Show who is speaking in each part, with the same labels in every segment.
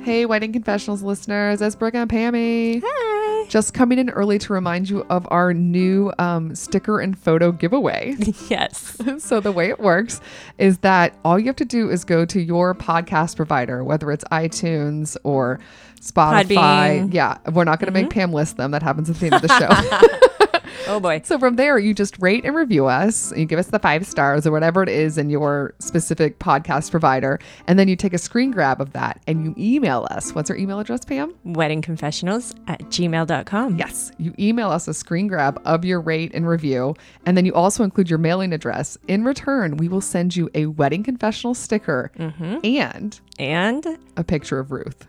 Speaker 1: Hey, Wedding Confessionals listeners, it's Brooke and Pammy.
Speaker 2: Hi.
Speaker 1: Just coming in early to remind you of our new um, sticker and photo giveaway.
Speaker 2: Yes.
Speaker 1: so, the way it works is that all you have to do is go to your podcast provider, whether it's iTunes or Spotify.
Speaker 2: Podbean.
Speaker 1: Yeah, we're not going to make Pam list them. That happens at the end of the show.
Speaker 2: Oh boy.
Speaker 1: So from there, you just rate and review us. You give us the five stars or whatever it is in your specific podcast provider. And then you take a screen grab of that and you email us. What's our email address, Pam?
Speaker 2: Weddingconfessionals at gmail.com.
Speaker 1: Yes. You email us a screen grab of your rate and review. And then you also include your mailing address. In return, we will send you a wedding confessional sticker
Speaker 2: Mm-hmm.
Speaker 1: and
Speaker 2: And
Speaker 1: a picture of Ruth.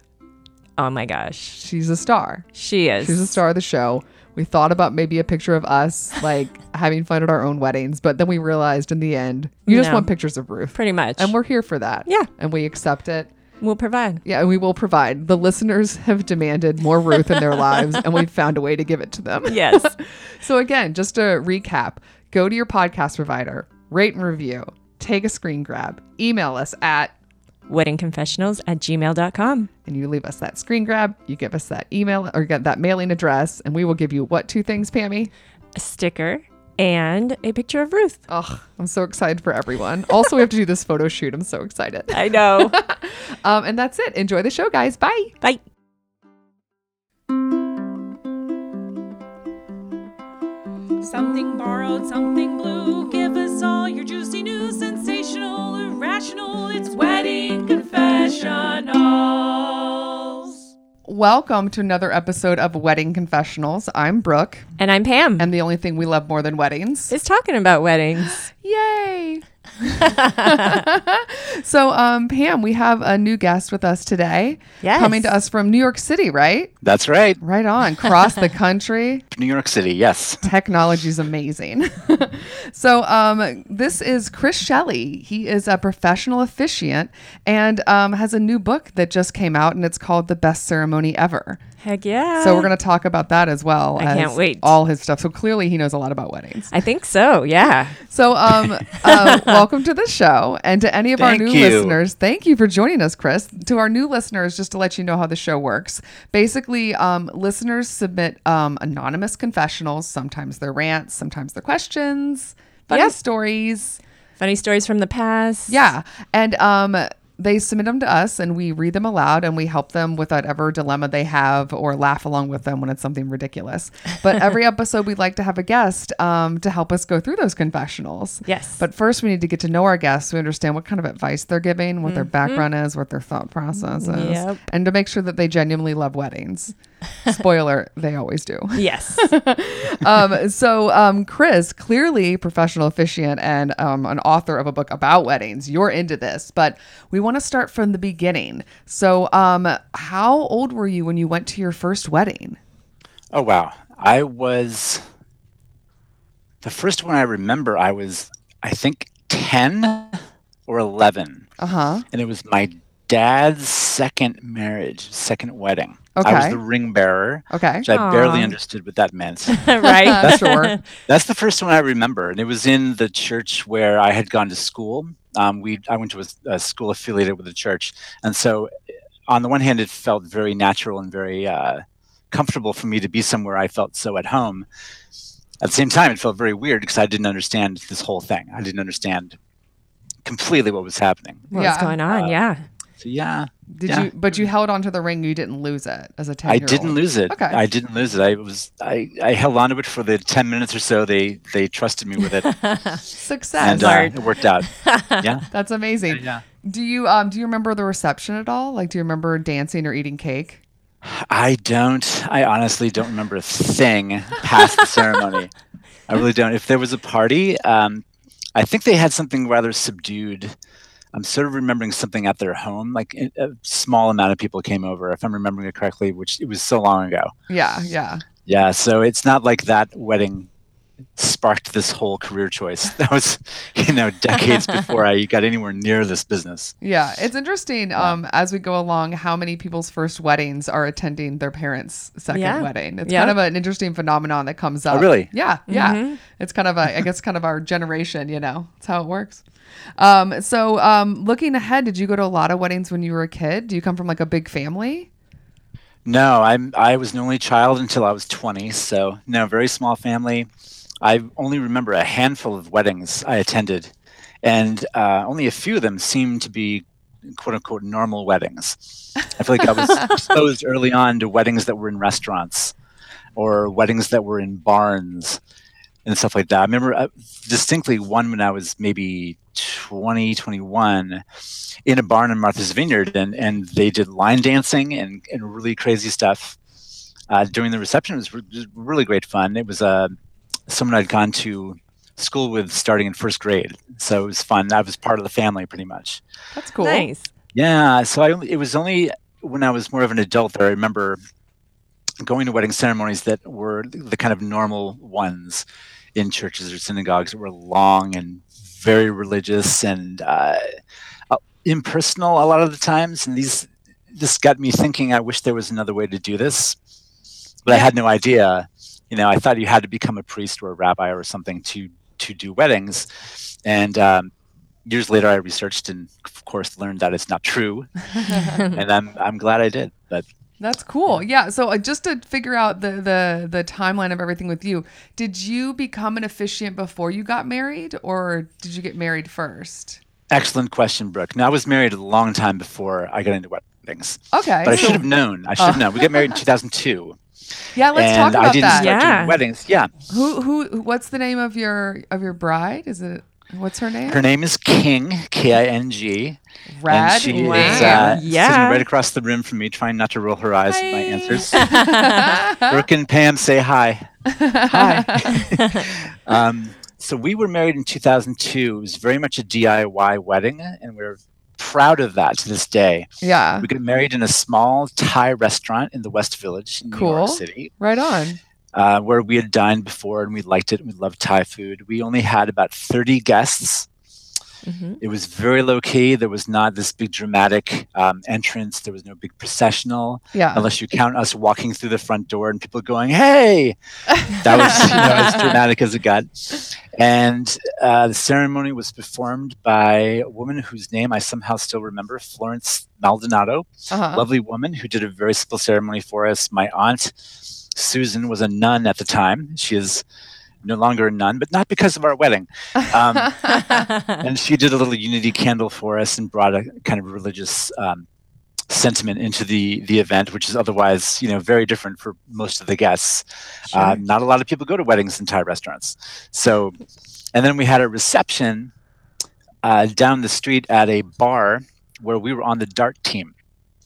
Speaker 2: oh my gosh,
Speaker 1: She's a star.
Speaker 2: she is.
Speaker 1: She's a star of the show. We thought about maybe a picture of us like having fun at our own weddings, but then we realized in the end, you just
Speaker 2: No.
Speaker 1: want pictures of Ruth.
Speaker 2: Pretty much.
Speaker 1: And we're here for that.
Speaker 2: Yeah.
Speaker 1: And we accept it.
Speaker 2: we'll provide.
Speaker 1: Yeah, and we will provide. The listeners have demanded more Ruth in their lives, and we've found a way to give it to them.
Speaker 2: Yes.
Speaker 1: So, again, just to recap go to your podcast provider, rate and review, take a screen grab, email us at
Speaker 2: Weddingconfessionals at gmail.com.
Speaker 1: and you leave us that screen grab, you give us that email or get that mailing address, and we will give you what two things, Pammy?
Speaker 2: A sticker and a picture of Ruth.
Speaker 1: Oh, I'm so excited for everyone. Also, we have to do this photo shoot. I'm so excited.
Speaker 2: I know.
Speaker 1: Um, and that's it. Enjoy the show, guys. Bye.
Speaker 2: Bye.
Speaker 3: Something borrowed, something blue. Give us all your juicy news, sensational, irrational. It's wedding confessionals.
Speaker 1: Welcome to another episode of Wedding Confessionals. I'm Brooke,
Speaker 2: And I'm Pam.
Speaker 1: and the only thing we love more than weddings.
Speaker 2: is talking about weddings.
Speaker 1: Yay! so, um, Pam, we have a new guest with us today.
Speaker 2: Yes.
Speaker 1: Coming to us from New York City, right?
Speaker 4: That's right.
Speaker 1: Right on, across the country.
Speaker 4: New York City, yes.
Speaker 1: Technology is amazing. so, um, this is Chris Shelley. He is a professional officiant and um, has a new book that just came out, and it's called The Best Ceremony Ever.
Speaker 2: Heck yeah.
Speaker 1: So, we're going to talk about that as well.
Speaker 2: Ah. I can't
Speaker 1: as
Speaker 2: wait.
Speaker 1: All his stuff. So, clearly, he knows a lot about weddings.
Speaker 2: I think so. Yeah.
Speaker 1: So, um, uh, welcome to the show. And to any of
Speaker 4: Thank
Speaker 1: our new
Speaker 4: you.
Speaker 1: listeners, thank you for joining us, Chris. To our new listeners, just to let you know how the show works basically, um, listeners submit um, anonymous confessionals, sometimes their rants, sometimes their questions, funny
Speaker 2: Yeah.
Speaker 1: stories.
Speaker 2: Funny stories from the past.
Speaker 1: Yeah. And um, they submit them to us and we read them aloud and we help them with whatever dilemma they have or laugh along with them when it's something ridiculous. But every episode, we'd like to have a guest um, to help us go through those confessionals.
Speaker 2: Yes.
Speaker 1: But first, we need to get to know our guests. We understand what kind of advice they're giving, what their background is, what their thought process is,
Speaker 2: Mm-hmm. Yep.
Speaker 1: and to make sure that they genuinely love weddings. Spoiler, they always do
Speaker 2: Yes.
Speaker 1: um, so, um, Chris, clearly a professional officiant and um, an author of a book about weddings, you're into this, but we want to start from the beginning. So, um, how old were you when you went to your first wedding?
Speaker 4: Oh, wow. I was the first one I remember, I was, I think, 10 or 11.
Speaker 1: Uh huh.
Speaker 4: And it was my dad's second marriage, second wedding. I
Speaker 1: Okay.
Speaker 4: was the ring bearer,
Speaker 1: Okay.
Speaker 4: which I barely
Speaker 2: Aw.
Speaker 4: understood what that meant.
Speaker 2: right.
Speaker 1: Uh, sure.
Speaker 4: That's the first one I remember, and it was in the church where I had gone to school. Um, we I went to a, a school affiliated with the church, and so on the one hand, it felt very natural and very uh, comfortable for me to be somewhere I felt so at home. At the same time, it felt very weird because I didn't understand this whole thing. I didn't understand completely what was happening.
Speaker 2: What's
Speaker 1: Yeah.
Speaker 2: going on? yeah.
Speaker 4: So yeah,
Speaker 1: Did
Speaker 4: Yeah.
Speaker 1: you? But you held onto the ring. You didn't lose it as a ten.
Speaker 4: I didn't lose it.
Speaker 1: Okay.
Speaker 4: I didn't lose it. I was I, I held on to it for the ten minutes or so they they trusted me with it,
Speaker 1: Success.
Speaker 4: and uh, it worked out. yeah.
Speaker 1: That's amazing.
Speaker 4: Yeah.
Speaker 1: Do you um do you remember the reception at all? Like, do you remember dancing or eating cake?
Speaker 4: I don't. I honestly don't remember a thing past the ceremony. I really don't. If there was a party, um, I think they had something rather subdued. I'm sort of remembering something at their home. Like a a small amount of people came over, if I'm remembering it correctly, which it was so long ago.
Speaker 1: Yeah, yeah.
Speaker 4: Yeah. So it's not like that wedding sparked this whole career choice. That was, you know, decades before I got anywhere near this business.
Speaker 1: Yeah, it's interesting um, as we go along how many people's first weddings are attending their parents' second
Speaker 2: Yeah.
Speaker 1: wedding. It's
Speaker 2: Yeah.
Speaker 1: kind of an interesting phenomenon that comes up.
Speaker 4: really?
Speaker 1: Yeah, yeah. It's kind of a, I guess, kind of our generation. You know, it's how it works. Um, so, um, looking ahead, did you go to a lot of weddings when you were a kid? Do you come from like a big family?
Speaker 4: No, I'm I was an only child until I was 20, so no, very small family. I only remember a handful of weddings I attended, and uh, only a few of them seemed to be quote unquote normal weddings. I feel like I was exposed early on to weddings that were in restaurants or weddings that were in barns and stuff like that. I remember uh, distinctly one when I was maybe 20, 21 in a barn in Martha's Vineyard, and, and they did line dancing and, and really crazy stuff. Uh, during the reception, it was re- just really great fun. It was uh, someone I'd gone to school with starting in first grade, so it was fun. I was part of the family pretty much.
Speaker 1: That's cool.
Speaker 2: Nice.
Speaker 4: Yeah, so I only, it was only when I was more of an adult that I remember going to wedding ceremonies that were the kind of normal ones in churches or synagogues that were long and very religious and uh, uh, impersonal a lot of the times. And these this got me thinking. I wish there was another way to do this, but I had no idea. You know, I thought you had to become a priest or a rabbi or something to to do weddings, and um, years later, I researched and, of course, learned that it's not true. and I'm I'm glad I did. But
Speaker 1: That's cool. Yeah. So uh, just to figure out the the the timeline of everything with you, did you become an officiant before you got married, or did you get married first?
Speaker 4: excellent question, Brooke. Now I was married a long time before I got into weddings,
Speaker 1: Okay.
Speaker 4: but I
Speaker 1: so-
Speaker 4: should have known. I should have known. We got married in 2002,
Speaker 1: yeah. Oh. Let's
Speaker 4: and
Speaker 1: talk about
Speaker 4: I didn't
Speaker 1: that.
Speaker 4: start
Speaker 2: Yeah.
Speaker 4: doing weddings. Yeah,
Speaker 1: Who who? What's the name of your of your bride? Is it what's her name?
Speaker 4: her name is King K I N G. and
Speaker 1: Rad.
Speaker 4: she
Speaker 2: wow.
Speaker 4: is uh,
Speaker 2: Yeah.
Speaker 4: sitting right across the room from me, trying not to roll her eyes at my answers.
Speaker 1: Wow.
Speaker 4: Brooke and Pam say hi. uh, Hi. um, so we were married in 2002. It was very much a DIY wedding, and we're proud of that to this day.
Speaker 1: yeah.
Speaker 4: We got married in a small Thai restaurant in the West Village in New
Speaker 1: Cool.
Speaker 4: York City,
Speaker 1: Right on.
Speaker 4: uh, where we had dined before and we liked it and we loved Thai food. We only had about 30 guests.
Speaker 2: Mhm.
Speaker 4: It was very low key. There was not this big dramatic um, entrance. There was no big processional
Speaker 1: Yeah.
Speaker 4: unless you count us walking through the front door and people going, "Hey!" That was you know, as dramatic as it got. And uh, the ceremony was performed by a woman whose name I somehow still remember, Florence Maldonado,
Speaker 1: Uh-huh.
Speaker 4: lovely woman who did a very simple ceremony for us. My aunt Susan was a nun at the time. She is no longer a nun, but not because of our wedding. Um, and she did a little unity candle for us and brought a kind of religious um, sentiment into the the event, which is otherwise you know very different for most of the guests. Uh, not a lot of people go to weddings in Thai restaurants. So, and then we had a reception uh, down the street at a bar where we were on the dart team.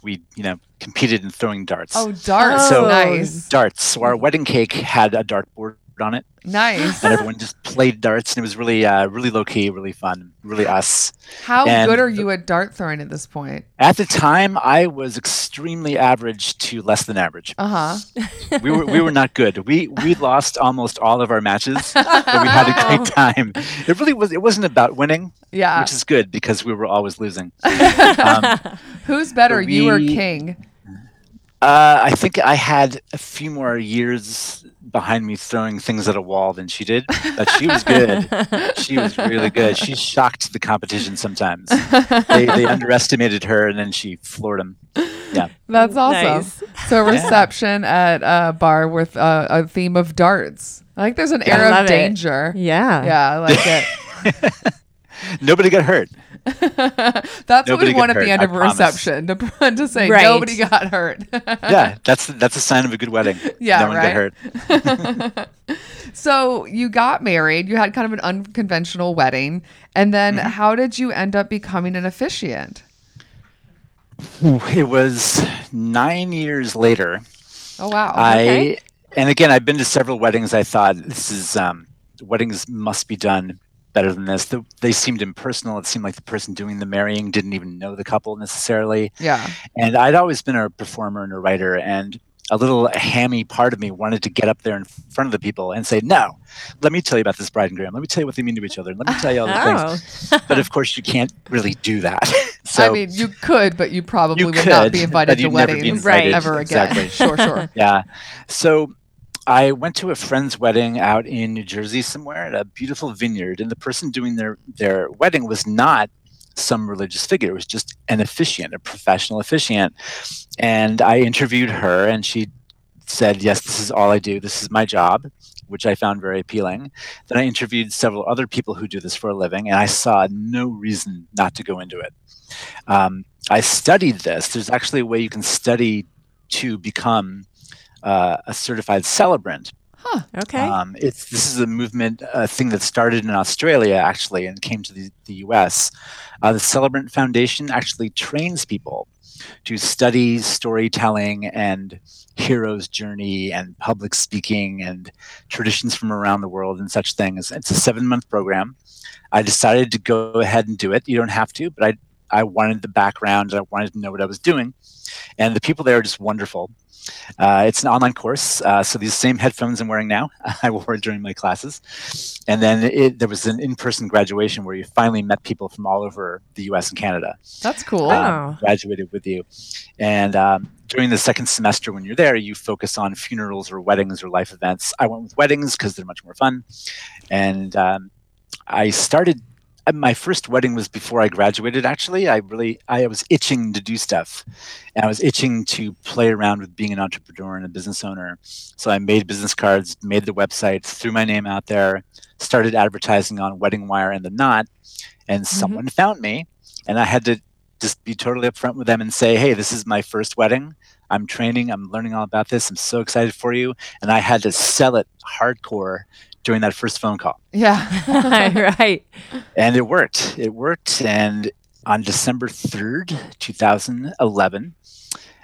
Speaker 4: We you know competed in throwing darts.
Speaker 1: Oh, darts.
Speaker 4: So-
Speaker 1: nice.
Speaker 4: Darts. So our wedding cake had a dart board on it
Speaker 1: Nice.
Speaker 4: and everyone just played darts and it was really uh really low key really fun really us
Speaker 1: How
Speaker 4: and
Speaker 1: good are you at dart throwing at this point?
Speaker 4: At the time, I was extremely average to less than average.
Speaker 1: Uh huh.
Speaker 4: We were we were not good. We we lost almost all of our matches, but we had a great time. It really was. It wasn't about winning,
Speaker 1: Yeah.
Speaker 4: which is good because we were always losing. Uh,
Speaker 1: Who's better, you or
Speaker 4: we-
Speaker 1: King?
Speaker 4: Uh, I think I had a few more years behind me throwing things at a wall than she did, but she was good. she was really good. She shocked the competition sometimes. They, they underestimated her, and then she floored them. Yeah.
Speaker 1: That's awesome.
Speaker 2: Nice.
Speaker 1: So reception at a bar with a, a theme of darts. I think there's an
Speaker 2: I
Speaker 1: air of
Speaker 2: love it.
Speaker 1: danger.
Speaker 2: yeah.
Speaker 1: Yeah, I like it.
Speaker 4: Nobody got hurt.
Speaker 1: That's what
Speaker 4: Nobody
Speaker 1: we
Speaker 4: got
Speaker 1: want at
Speaker 4: hurt,
Speaker 1: the end
Speaker 4: I
Speaker 1: of a
Speaker 4: promise.
Speaker 1: reception to, to say
Speaker 2: Right.
Speaker 1: nobody got hurt.
Speaker 4: yeah, that's that's a sign of a good wedding.
Speaker 1: Yeah,
Speaker 4: no one
Speaker 1: right?
Speaker 4: got hurt.
Speaker 1: so you got married, you had kind of an unconventional wedding, and then
Speaker 4: Mm-hmm.
Speaker 1: how did you end up becoming an officiant?
Speaker 4: It was nine years later.
Speaker 1: Oh wow.
Speaker 2: okay.
Speaker 4: I and again, I've been to several weddings. I thought this is um, weddings must be done better than this. The, they seemed impersonal. It seemed like the person doing the marrying didn't even know the couple necessarily.
Speaker 1: yeah.
Speaker 4: And I'd always been a performer and a writer, and a little hammy part of me wanted to get up there in front of the people and say, "No, let me tell you about this bride and groom. Let me tell you what they mean to each other. Let me tell you all the
Speaker 2: Oh,
Speaker 4: things." But of course, you can't really do that. so
Speaker 1: I mean, you could, but you probably
Speaker 4: you
Speaker 1: would not
Speaker 4: could,
Speaker 1: be
Speaker 4: but
Speaker 1: invited to
Speaker 4: you'd never be
Speaker 1: weddings
Speaker 4: invited.
Speaker 1: ever again.
Speaker 4: Exactly.
Speaker 1: Sure, sure.
Speaker 4: yeah. So I went to a friend's wedding out in New Jersey somewhere at a beautiful vineyard, and the person doing their their wedding was not some religious figure. It was just an officiant, a professional officiant. And I interviewed her, and she said, "Yes, this is all I do. This is my job." Which I found very appealing. Then I interviewed several other people who do this for a living, and I saw no reason not to go into it. Um, I studied this. There's actually a way you can study to become uh, a certified celebrant.
Speaker 2: okay.
Speaker 4: Um, it's this is a movement, a thing that started in Australia actually, and came to the, the U.S. Uh, the Celebrant Foundation actually trains people to study storytelling and hero's journey and public speaking and traditions from around the world and such things. It's a seven-month program. I decided to go ahead and do it. You don't have to, but I I wanted the background and I wanted to know what I was doing. And the people there are just wonderful. Uh, it's an online course, uh, so these same headphones I'm wearing now, I wore during my classes. And then it, there was an in-person graduation where you finally met people from all over the U.S. and Canada
Speaker 1: That's cool.
Speaker 2: Wow.
Speaker 4: graduated with you. And um, during the second semester, when you're there, you focus on funerals or weddings or life events. I went with weddings because they're much more fun. And um, I started. uh, My first wedding was before I graduated. Actually, I really I was itching to do stuff, and I was itching to play around with being an entrepreneur and a business owner. So I made business cards, made the website, threw my name out there, started advertising on Wedding Wire and the Knot, and someone found me, and I had to just be totally upfront with them and say, hey, this is my first wedding. I'm training. I'm learning all about this. I'm so excited for you. And I had to sell it hardcore during that first phone call. uh,
Speaker 1: Yeah.
Speaker 2: right.
Speaker 4: And it worked. It worked. And on December 3rd, 2011,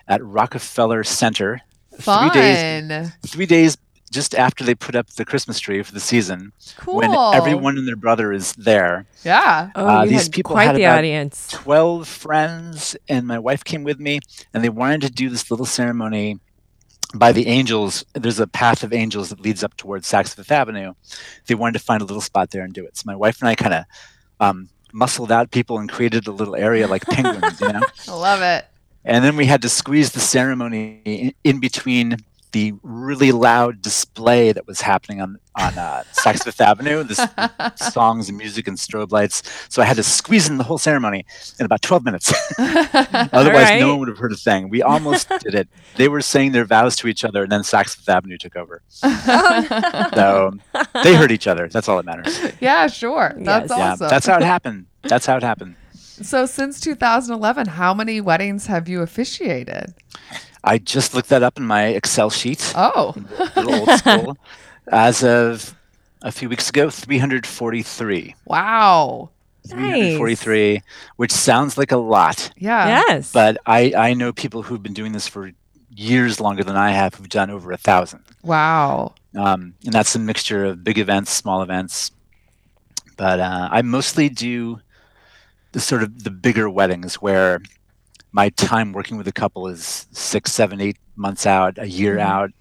Speaker 4: at Rockefeller Center,
Speaker 1: Fun.
Speaker 4: three days, three days just after they put up the Christmas tree for the season,
Speaker 1: Cool.
Speaker 4: when everyone and their brother is there,
Speaker 1: Yeah.
Speaker 2: Oh,
Speaker 4: Uh,
Speaker 2: you
Speaker 4: these
Speaker 2: had
Speaker 4: people
Speaker 2: quite
Speaker 4: had
Speaker 2: the
Speaker 4: about-
Speaker 2: audience.
Speaker 4: 12 friends and my wife came with me and they wanted to do this little ceremony by the angels there's a path of angels that leads up towards saks fifth avenue they wanted to find a little spot there and do it so my wife and i kind of um, muscled out people and created a little area like penguins you know
Speaker 1: I love it.
Speaker 4: and then we had to squeeze the ceremony in, in between the really loud display that was happening on on uh, Saks Fifth Avenue, this songs and music and strobe lights. So I had to squeeze in the whole ceremony in about 12 minutes. Otherwise,
Speaker 2: right.
Speaker 4: no one would have heard a thing. We almost did it. They were saying their vows to each other, and then Saks Fifth Avenue took over. So they heard each other. That's all that matters.
Speaker 1: yeah, sure. That's
Speaker 2: Yes.
Speaker 4: Yeah,
Speaker 1: awesome.
Speaker 4: that's how it happened. That's how it happened.
Speaker 1: so since 2011, how many weddings have you officiated?
Speaker 4: I just looked that up in my Excel sheet.
Speaker 1: Oh,
Speaker 4: little old school. As of a few weeks ago, 343.
Speaker 1: wow.
Speaker 2: Nice.
Speaker 4: 343, which sounds like a lot,
Speaker 1: Yeah.
Speaker 2: yes.
Speaker 4: but I, I know people who've been doing this for years longer than I have who've done over a thousand.
Speaker 1: Wow.
Speaker 4: Um, and that's a mixture of big events, small events. But uh, I mostly do the sort of the bigger weddings where my time working with a couple is six, seven, eight months out, a year
Speaker 2: Mhm.
Speaker 4: out,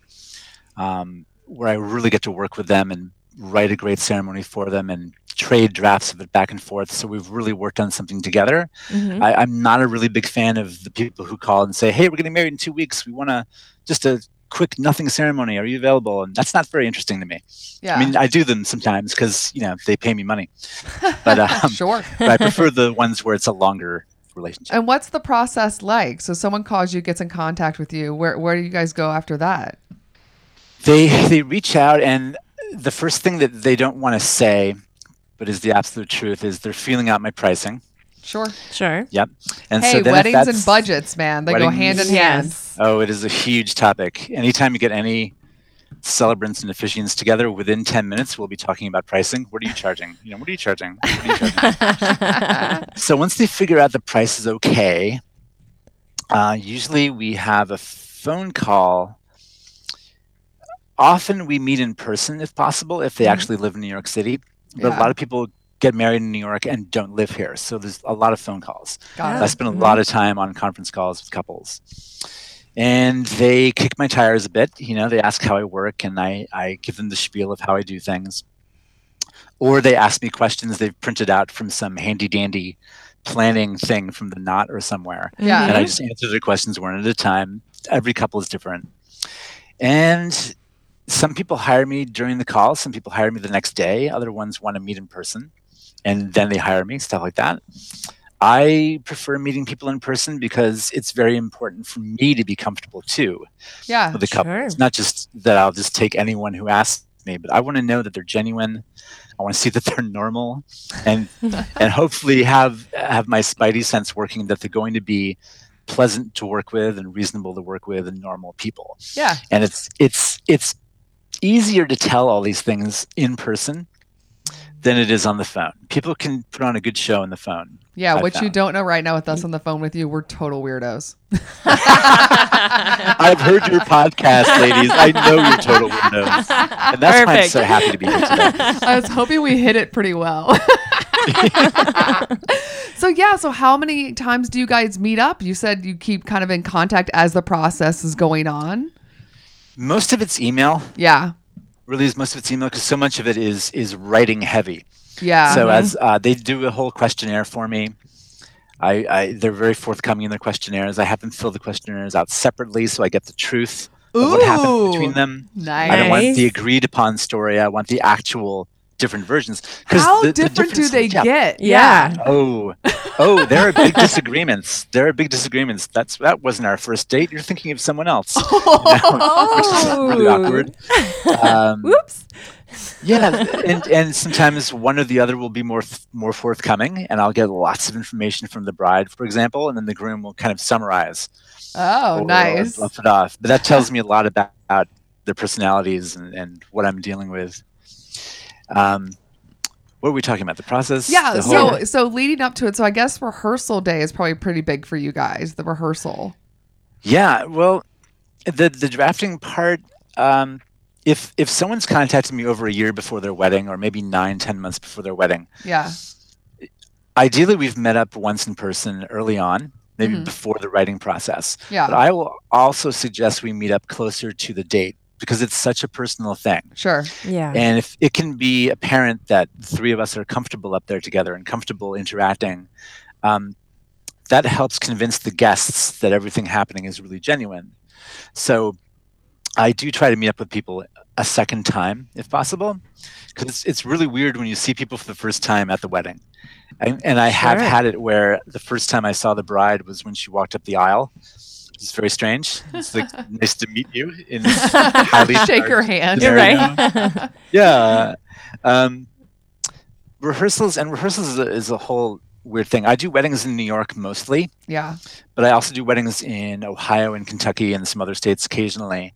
Speaker 4: um, where I really get to work with them and write a great ceremony for them and trade drafts of it back and forth. So we've really worked on something together.
Speaker 1: Mm-hmm.
Speaker 2: Mhm.
Speaker 4: I, I'm not a really big fan of the people who call and say, "Hey, we're getting married in two weeks. We want to just a quick nothing ceremony. Are you available?" And that's not very interesting to me.
Speaker 1: Yeah.
Speaker 4: I mean, I do them sometimes because you know they pay me money, but, um,
Speaker 1: sure.
Speaker 4: but I prefer the ones where it's a longer relationship.
Speaker 1: And what's the process like? So someone calls you, gets in contact with you. Where where do you guys go after that?
Speaker 4: They they reach out and the first thing that they don't want to say, but is the absolute truth, is they're feeling out my pricing.
Speaker 1: Sure.
Speaker 2: sure.
Speaker 4: And
Speaker 1: hey,
Speaker 4: so then if
Speaker 1: weddings and
Speaker 4: that's-
Speaker 1: budgets, man. They go
Speaker 4: Weddings-
Speaker 1: hand in hand.
Speaker 2: Yes.
Speaker 4: Oh, it is a huge topic. Anytime you get any celebrants and officiants together, within 10 minutes, we'll be talking about pricing. What are you charging? You know, what are you charging? What are you charging? so once they figure out the price is okay, uh, usually we have a phone call. Often we meet in person if possible, if they
Speaker 2: Mhm.
Speaker 4: actually live in New York City. But
Speaker 1: Yeah.
Speaker 4: a lot of people get married in New York and don't live here. So there's a lot of phone calls.
Speaker 1: Got
Speaker 4: I
Speaker 1: it.
Speaker 4: spent a
Speaker 2: Mhm.
Speaker 4: lot of time on conference calls with couples. and they kick my tires a bit. You know, they ask how I work, and I, I give them the spiel of how I do things. Or they ask me questions they've printed out from some handy dandy planning thing from the knot or somewhere.
Speaker 1: Yeah.
Speaker 4: And I just answer their questions one at a time. Every couple is different. And some people hire me during the call, some people hire me the next day, other ones want to meet in person and then they hire me, stuff like that. I prefer meeting people in person because it's very important for me to be comfortable too
Speaker 1: Yeah.
Speaker 4: with the couple.
Speaker 2: Sure.
Speaker 4: It's not just that I'll just take anyone who asks me, but I want to know that they're genuine. I want to see that they're normal, and and hopefully have have my spidey sense working that they're going to be pleasant to work with and reasonable to work with and normal people.
Speaker 1: Yeah.
Speaker 4: And it's it's it's easier to tell all these things in person than it is on the phone. People can put on a good show on the phone.
Speaker 1: Yeah,
Speaker 4: I
Speaker 1: what you
Speaker 4: found.
Speaker 1: don't know right now with us on the phone with you, we're total weirdos.
Speaker 4: I've heard your podcast, ladies. I know you're total windows. And that's why I'm so happy to be here today.
Speaker 1: I was hoping we hit it pretty well. so yeah, so how many times do you guys meet up? You said you keep kind of in contact as the process is going on.
Speaker 4: Most of it's email,
Speaker 1: Yeah.
Speaker 4: really is most of it's email because so much of it is is writing heavy.
Speaker 1: Yeah.
Speaker 4: So as uh, they do a whole questionnaire for me, I, I they're very forthcoming in their questionnaires. I have them fill the questionnaires out separately so I get the truth of what happened between
Speaker 1: Ooh.
Speaker 4: them.
Speaker 1: nice.
Speaker 4: I don't want
Speaker 2: Nice.
Speaker 4: the agreed upon story. I want the actual different versions. 'Cause
Speaker 1: How
Speaker 4: the- the
Speaker 1: different do
Speaker 4: differences-
Speaker 1: they
Speaker 4: yeah.
Speaker 1: get?
Speaker 2: yeah.
Speaker 4: Oh, oh, there are big disagreements. There are big disagreements. That's that wasn't our first date. You're thinking of someone else.
Speaker 1: Oh.
Speaker 4: Which is really awkward. Um,
Speaker 2: Whoops.
Speaker 4: yeah, and and sometimes one or the other will be more f- more forthcoming, and I'll get lots of information from the bride, for example, and then the groom will kind of summarize.
Speaker 1: Oh,
Speaker 4: or
Speaker 1: nice.
Speaker 4: Bluff it off, but that tells me a lot about, about their personalities and, and what I'm dealing with. Um, what were we talking about? The process.
Speaker 1: Yeah,
Speaker 4: The whole-
Speaker 1: so so leading up to it, so I guess rehearsal day is probably pretty big for you guys, the rehearsal.
Speaker 4: Yeah, well, the the drafting part. Um, if if someone's contacted me over a year before their wedding, or maybe nine, ten months before their wedding,
Speaker 1: Yeah.
Speaker 4: ideally we've met up once in person early on, maybe
Speaker 1: Mhm.
Speaker 4: before the writing process. But
Speaker 1: Yeah.
Speaker 4: I will also suggest we meet up closer to the date because it's such a personal thing.
Speaker 1: Sure.
Speaker 2: Yeah.
Speaker 4: And if it can be apparent that three of us are comfortable up there together and comfortable interacting, um, that helps convince the guests that everything happening is really genuine. So I do try to meet up with people a second time if possible, because it's, it's really weird when you see people for the first time at the wedding. And, and I have
Speaker 2: Sure.
Speaker 4: had it where the first time I saw the bride was when she walked up the aisle. It's very strange. It's like nice to meet you in this highly
Speaker 1: Shake your
Speaker 4: charged
Speaker 1: hand.
Speaker 4: You're
Speaker 2: You're
Speaker 4: right.
Speaker 2: right.
Speaker 4: yeah. Um, rehearsals and rehearsals is a, is a whole weird thing. I do weddings in New York mostly,
Speaker 1: Yeah.
Speaker 4: but I also do weddings in Ohio and Kentucky and some other states occasionally.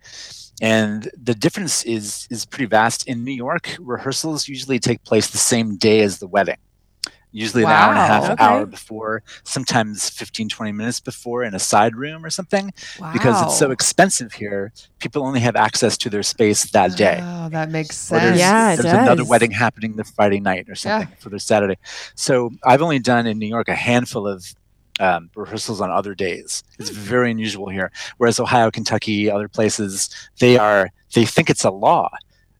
Speaker 4: And the difference is is pretty vast. In New York, rehearsals usually take place the same day as the wedding. Usually an hour and a half
Speaker 1: Wow.
Speaker 2: Okay.
Speaker 4: hour before, sometimes 15 20 minutes before in a side room or something
Speaker 1: Wow.
Speaker 4: because it's so expensive here. People only have access to their space that day.
Speaker 1: Oh, that makes
Speaker 4: Or
Speaker 1: sense.
Speaker 4: there's,
Speaker 2: Yeah, it
Speaker 4: there's another
Speaker 2: does.
Speaker 4: wedding happening the Friday night or something for the Saturday. So I've only done in New York a handful of um, rehearsals on other days. It's
Speaker 1: Hmm.
Speaker 4: very unusual here. Whereas Ohio, Kentucky, other places, they are they think it's a law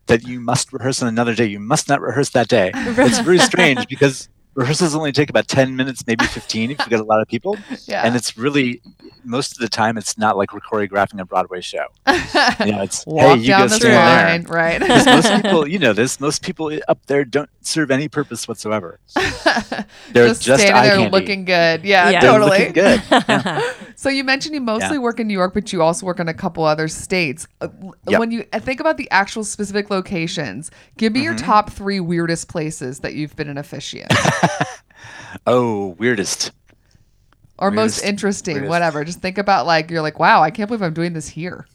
Speaker 4: that you must rehearse on another day. You must not rehearse that day. It's very strange because rehearsals only take about ten minutes, maybe fifteen, if you get a lot of people.
Speaker 1: Yeah.
Speaker 4: And it's really most of the time it's not like we're choreographing a Broadway show. You know, it's
Speaker 1: Walk
Speaker 4: hey, you
Speaker 1: down
Speaker 4: go
Speaker 1: this
Speaker 4: stand there.
Speaker 1: line, right?
Speaker 4: 'Cause most people, you know this. Most people up there don't serve any purpose whatsoever. They're just,
Speaker 1: just, standing
Speaker 4: eye
Speaker 1: there
Speaker 4: candy.
Speaker 1: looking good. Yeah,
Speaker 2: Yeah.
Speaker 4: They're
Speaker 1: totally.
Speaker 4: looking good.
Speaker 1: So you mentioned you mostly work in New York, but you also work in a couple other states. Uh, l-
Speaker 4: Yep.
Speaker 1: When you uh, think about the actual specific locations, give me your
Speaker 4: Mhm.
Speaker 1: top three weirdest places that you've been an officiant
Speaker 4: Oh, weirdest.
Speaker 1: or most
Speaker 4: Weirdest-
Speaker 1: interesting,
Speaker 4: weirdest.
Speaker 1: whatever. Just think about like you're like, wow, I can't believe I'm doing this here.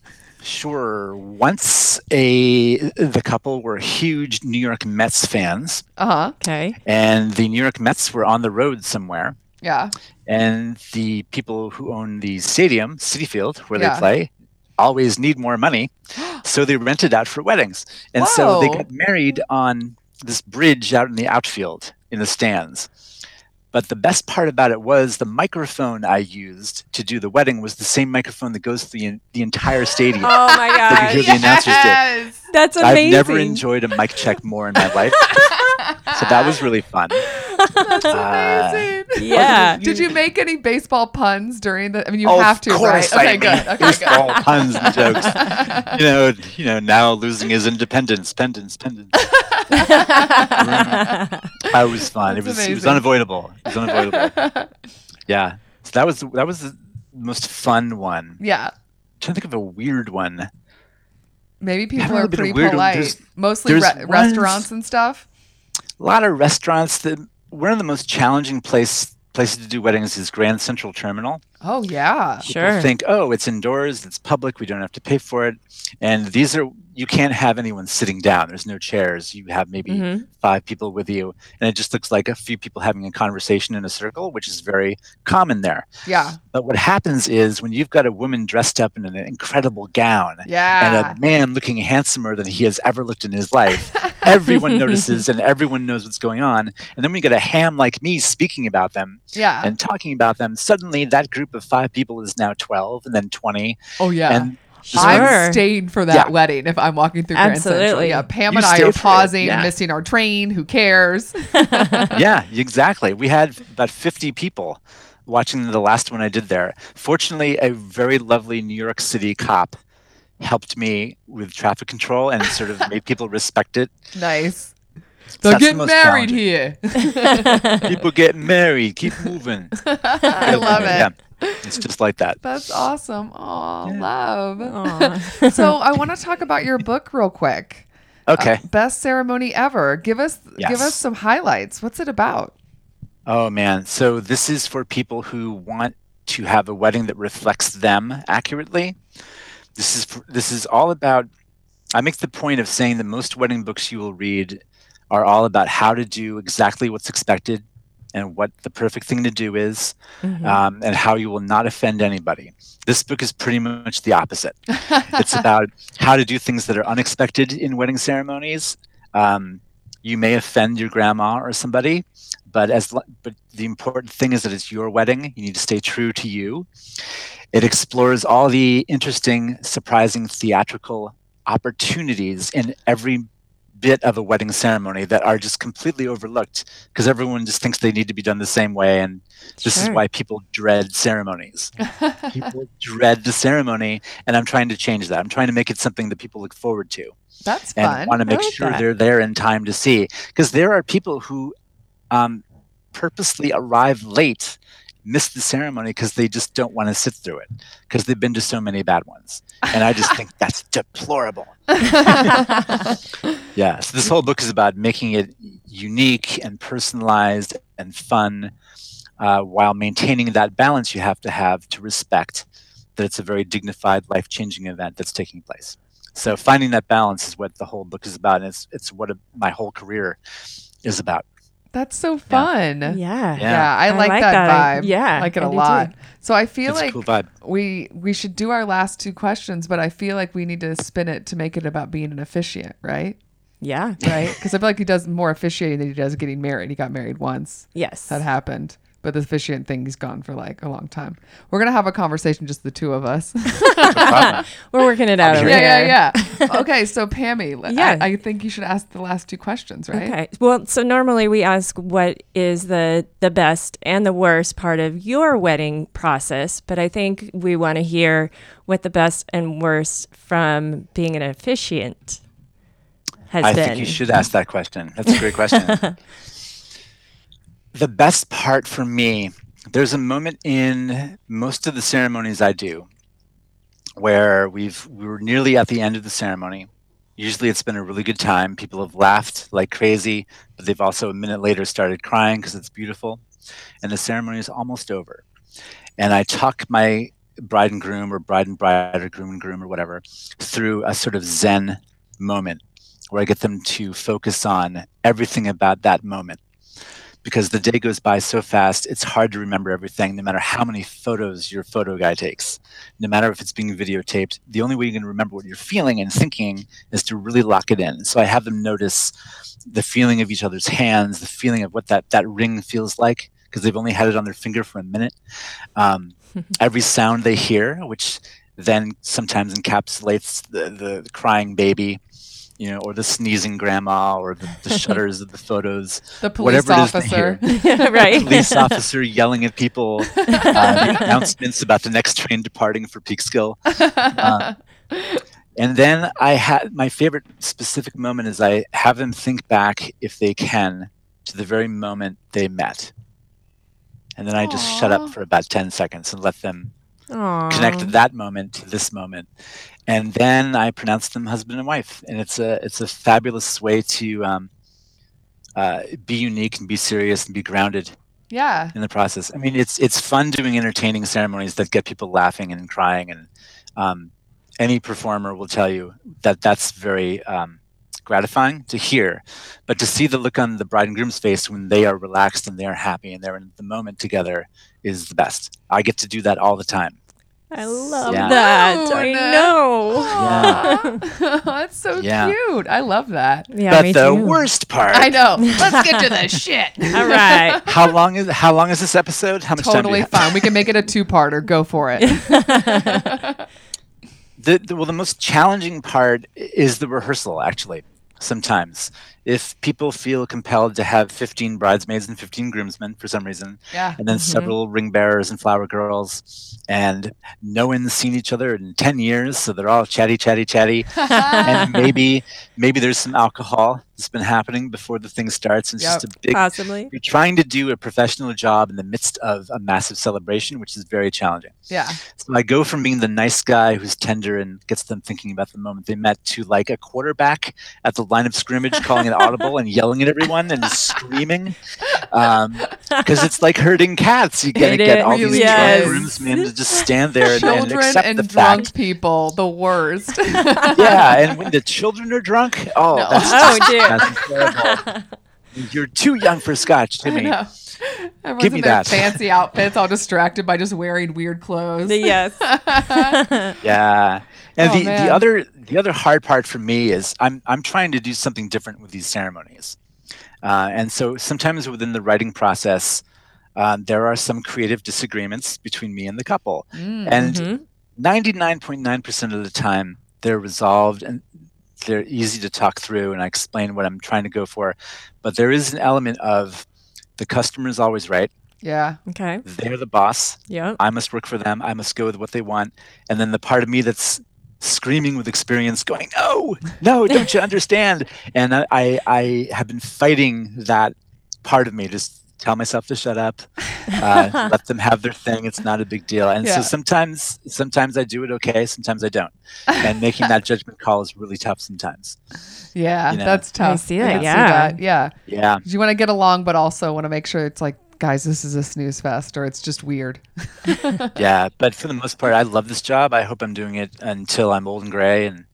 Speaker 4: Sure. Once a the couple were huge New York Mets fans,
Speaker 1: Uh huh.
Speaker 2: okay.
Speaker 4: and the New York Mets were on the road somewhere,
Speaker 1: Yeah.
Speaker 4: and the people who own the stadium, City Field, where
Speaker 1: Yeah.
Speaker 4: they play, always need more money, so they rent it out for weddings, and so they
Speaker 1: Whoa.
Speaker 4: got married on this bridge out in the outfield in the stands. But the best part about it was the microphone I used to do the wedding was the same microphone that goes through the, the entire stadium.
Speaker 2: Oh my
Speaker 4: That you
Speaker 2: gosh.
Speaker 4: hear the announcers did.
Speaker 2: That's amazing.
Speaker 4: I've never enjoyed a mic check more in my life. so that was really fun.
Speaker 1: That's
Speaker 4: Uh,
Speaker 1: amazing.
Speaker 2: Yeah.
Speaker 1: Did you make any baseball puns during the? I mean, you
Speaker 4: Oh,
Speaker 1: have to,
Speaker 4: of course
Speaker 1: right?
Speaker 4: I
Speaker 1: okay, good.
Speaker 4: made
Speaker 1: Okay, good.
Speaker 4: baseball puns and jokes. You know, you know, now losing his independence, pendants, pendants. That was fun. it
Speaker 1: That's
Speaker 4: was it was
Speaker 1: amazing.
Speaker 4: unavoidable. It was unavoidable. yeah. So that was that was the most fun one. I'm
Speaker 1: yeah,
Speaker 4: trying to think of a weird one.
Speaker 1: maybe people
Speaker 4: haven't
Speaker 1: are
Speaker 4: really been a
Speaker 1: pretty
Speaker 4: weird one.
Speaker 1: polite.
Speaker 4: There's-
Speaker 1: Mostly
Speaker 4: there's
Speaker 1: re-
Speaker 4: ones-
Speaker 1: restaurants and stuff.
Speaker 4: a lot of restaurants the one of the most challenging place places to do weddings is grand central terminal
Speaker 1: Oh yeah.
Speaker 4: People
Speaker 2: sure.
Speaker 4: think oh it's indoors it's public we don't have to pay for it and these are you can't have anyone sitting down there's no chairs you have maybe
Speaker 2: Mhm.
Speaker 4: five people with you and it just looks like a few people having a conversation in a circle which is very common there
Speaker 1: Yeah.
Speaker 4: but what happens is when you've got a woman dressed up in an incredible gown
Speaker 1: Yeah.
Speaker 4: and a man looking handsomer than he has ever looked in his life. everyone notices and everyone knows what's going on. And then when you get a ham like me speaking about them
Speaker 1: yeah.
Speaker 4: and talking about them, suddenly that group of five people is now 12 and then 20.
Speaker 1: oh yeah.
Speaker 4: And
Speaker 1: I'm
Speaker 2: Sure.
Speaker 1: staying for that
Speaker 4: Yeah.
Speaker 1: wedding if I'm walking through Grand Central.
Speaker 2: Absolutely.
Speaker 1: Yeah, Pam
Speaker 4: You
Speaker 1: and I
Speaker 4: stay
Speaker 1: are
Speaker 4: for it,
Speaker 1: pausing,
Speaker 4: yeah.
Speaker 1: missing our train. Who cares?
Speaker 4: yeah, exactly. We had about 50 people watching the last one I did there. Fortunately, a very lovely New York City cop helped me with traffic control and sort of made people respect it.
Speaker 1: nice.
Speaker 4: That's
Speaker 1: They're
Speaker 4: the
Speaker 1: getting
Speaker 4: most
Speaker 1: married
Speaker 4: challenging.
Speaker 1: here.
Speaker 4: People get married, keep moving.
Speaker 1: I love it.
Speaker 4: Yeah, it's just like that.
Speaker 1: That's awesome. Oh,
Speaker 4: Yeah.
Speaker 1: love.
Speaker 2: Aw.
Speaker 1: so I want to talk about your book real quick. Uh,
Speaker 4: Okay.
Speaker 1: best ceremony ever. Give us give us
Speaker 4: Yes.
Speaker 1: some highlights. What's it about?
Speaker 4: Oh man. So this is for people who want to have a wedding that reflects them accurately. This is this is all about I make the point of saying that most wedding books you will read are all about how to do exactly what's expected and what the perfect thing to do is
Speaker 2: Mhm.
Speaker 4: um, and how you will not offend anybody. This book is pretty much the opposite. it's about how to do things that are unexpected in wedding ceremonies. Um, you may offend your grandma or somebody, but as lo- but the important thing is that it's your wedding. You need to stay true to you. It explores all the interesting, surprising theatrical opportunities in every bit of a wedding ceremony that are just completely overlooked because everyone just thinks they need to be done the same way and this is
Speaker 2: Sure.
Speaker 4: why people dread ceremonies. people dread the ceremony, and I'm trying to change that. I'm trying to make it something that people look forward to
Speaker 1: That's
Speaker 4: and
Speaker 1: fun.
Speaker 4: want to make
Speaker 2: like
Speaker 4: sure
Speaker 2: that.
Speaker 4: they're there in time to see. Because there are people who um, purposely arrive late, miss the ceremony because they just don't want to sit through it because they've been to so many bad ones. And I just think that's deplorable. Yeah. So this whole book is about making it unique and personalized and fun uh, while maintaining that balance you have to have to respect that it's a very dignified, life changing event that's taking place. So finding that balance is what the whole book is about. And it's, it's what a, my whole career is about.
Speaker 1: That's so fun. Yeah,
Speaker 2: yeah.
Speaker 4: Yeah.
Speaker 1: I, like, that, vibe.
Speaker 2: Yeah.
Speaker 1: I like it
Speaker 2: I
Speaker 1: a
Speaker 2: do
Speaker 1: lot.
Speaker 2: too.
Speaker 1: So I feel
Speaker 4: it's
Speaker 1: like
Speaker 4: a cool vibe.
Speaker 1: we we should do our last two questions, but I feel like we need to spin it to make it about being an officiant, right?
Speaker 2: Yeah.
Speaker 1: Right? Because I feel like he does more officiating than he does getting married. He got married once.
Speaker 2: Yes.
Speaker 1: That happened. But the officiant thing, he's gone for like a long time. We're gonna have a conversation, just the two of us.
Speaker 2: We're working it out. over
Speaker 1: yeah,
Speaker 2: here.
Speaker 1: yeah, yeah. Okay, so Pammy, l-
Speaker 2: Yeah.
Speaker 1: I, I think you should ask the last two questions, right?
Speaker 2: Okay. Well, so normally we ask what is the the best and the worst part of your wedding process, but I think we want to hear what the best and worst from being an officiant has
Speaker 4: I
Speaker 2: been.
Speaker 4: think you should ask that question. That's a great question. the best part for me, there's a moment in most of the ceremonies I do where we've we're nearly at the end of the ceremony. Usually it's been a really good time. People have laughed like crazy, but they've also a minute later started crying because it's beautiful. And the ceremony is almost over. And I talk my bride and groom or bride and bride or groom and groom or whatever through a sort of zen moment where I get them to focus on everything about that moment. Because the day goes by so fast, it's hard to remember everything, no matter how many photos your photo guy takes, no matter if it's being videotaped. The only way you can remember what you're feeling and thinking is to really lock it in. So I have them notice the feeling of each other's hands, the feeling of what that, that ring feels like, because they've only had it on their finger for a minute. Um, every sound they hear, which then sometimes encapsulates the, the, crying baby, you know, or the sneezing grandma, or the, the shutters of the photos,
Speaker 1: The police
Speaker 4: Whatever it is they
Speaker 1: officer.
Speaker 2: right.
Speaker 4: police officer yelling at people, uh, the announcements about the next train departing for Peekskill. Uh, And then I had my favorite specific moment is I have them think back, if they can, to the very moment they met. And then I just shut
Speaker 1: Aw.
Speaker 4: up for about 10 seconds and let them
Speaker 2: Aw.
Speaker 4: connect that moment to this moment. And then I pronounce them husband and wife. And it's a it's a fabulous way to um, uh, be unique and be serious and be grounded
Speaker 1: yeah.
Speaker 4: in the process. I mean, it's it's fun doing entertaining ceremonies that get people laughing and crying, and um, any performer will tell you that that's very um, gratifying to hear. But to see the look on the bride and groom's face when they are relaxed and they are happy and they're in the moment together is the best. I get to do that all the time.
Speaker 2: I love
Speaker 4: Yeah.
Speaker 2: that. I
Speaker 1: Simone.
Speaker 2: know.
Speaker 1: Aw. That's so
Speaker 4: Yeah.
Speaker 1: cute. I love that.
Speaker 2: Yeah,
Speaker 4: but
Speaker 2: me
Speaker 4: the
Speaker 2: too.
Speaker 4: worst part.
Speaker 1: I know. Let's get to the shit.
Speaker 2: All right.
Speaker 4: How long is how long is this episode? How much time? do
Speaker 1: totally
Speaker 4: we have?
Speaker 1: fine. We can make it a two-parter. Go for it.
Speaker 4: the, the well the most challenging part i- is the rehearsal actually sometimes if people feel compelled to have 15 bridesmaids and 15 groomsmen for some reason
Speaker 1: Yeah.
Speaker 4: and then several ring bearers and flower girls and no one's seen each other in 10 years so they're all chatty chatty chatty and maybe maybe there's some alcohol that's been happening before the thing starts and it's
Speaker 1: Yep.
Speaker 4: just a big
Speaker 2: Possibly.
Speaker 4: you're trying to do a professional job in the midst of a massive celebration which is very challenging
Speaker 1: Yeah.
Speaker 4: so I go from being the nice guy who's tender and gets them thinking about the moment they met to like a quarterback at the line of scrimmage calling an audible and yelling at everyone and screaming. Because it's like herding cats. You gotta
Speaker 2: It
Speaker 4: get all
Speaker 1: really
Speaker 4: these
Speaker 1: is.
Speaker 4: drunk groomsmen to just stand there and, and
Speaker 1: Children
Speaker 4: accept
Speaker 1: and
Speaker 4: the
Speaker 1: drunk
Speaker 4: fact.
Speaker 1: people, the worst.
Speaker 4: Yeah, and when the children are drunk, oh,
Speaker 1: No.
Speaker 4: that's
Speaker 2: Oh,
Speaker 4: just
Speaker 2: dear.
Speaker 4: that's horrible. You're too young for scotch,
Speaker 1: I
Speaker 4: Timmy.
Speaker 1: know. Everyone's
Speaker 4: Give me
Speaker 1: in their
Speaker 4: that.
Speaker 1: fancy outfits, all distracted by just wearing weird clothes.
Speaker 2: yes.
Speaker 4: Yeah. And
Speaker 1: Oh,
Speaker 4: the,
Speaker 1: man.
Speaker 4: the other the other hard part for me is I'm I'm trying to do something different with these ceremonies. Uh, and so sometimes within the writing process, um, there are some creative disagreements between me and the couple.
Speaker 1: Mm.
Speaker 2: Mm-hmm.
Speaker 4: And 99.9% of the time, they're resolved and they're easy to talk through. And I explain what I'm trying to go for. But there is an element of the customer is always right.
Speaker 1: yeah.
Speaker 2: Okay.
Speaker 4: They're the boss.
Speaker 2: Yep.
Speaker 4: I must work for them. I must go with what they want. And then the part of me that's screaming with experience, going, "No, no, don't you understand?" And I, I, I have been fighting that part of me. Just tell myself to shut up. Uh, let them have their thing. It's not a big deal. And
Speaker 1: Yeah.
Speaker 4: so sometimes, sometimes I do it okay. Sometimes I don't. And making that judgment call is really tough sometimes.
Speaker 1: Yeah.
Speaker 4: You know.
Speaker 1: That's tough.
Speaker 2: see
Speaker 1: I
Speaker 2: it,
Speaker 1: can
Speaker 2: yeah.
Speaker 1: that. Yeah.
Speaker 4: Yeah.
Speaker 1: 'Cause You want to get along, but also want to make sure it's like, guys, this is a snooze fest or it's just weird.
Speaker 4: yeah but for the most part i love this job i hope i'm doing it until i'm old and gray and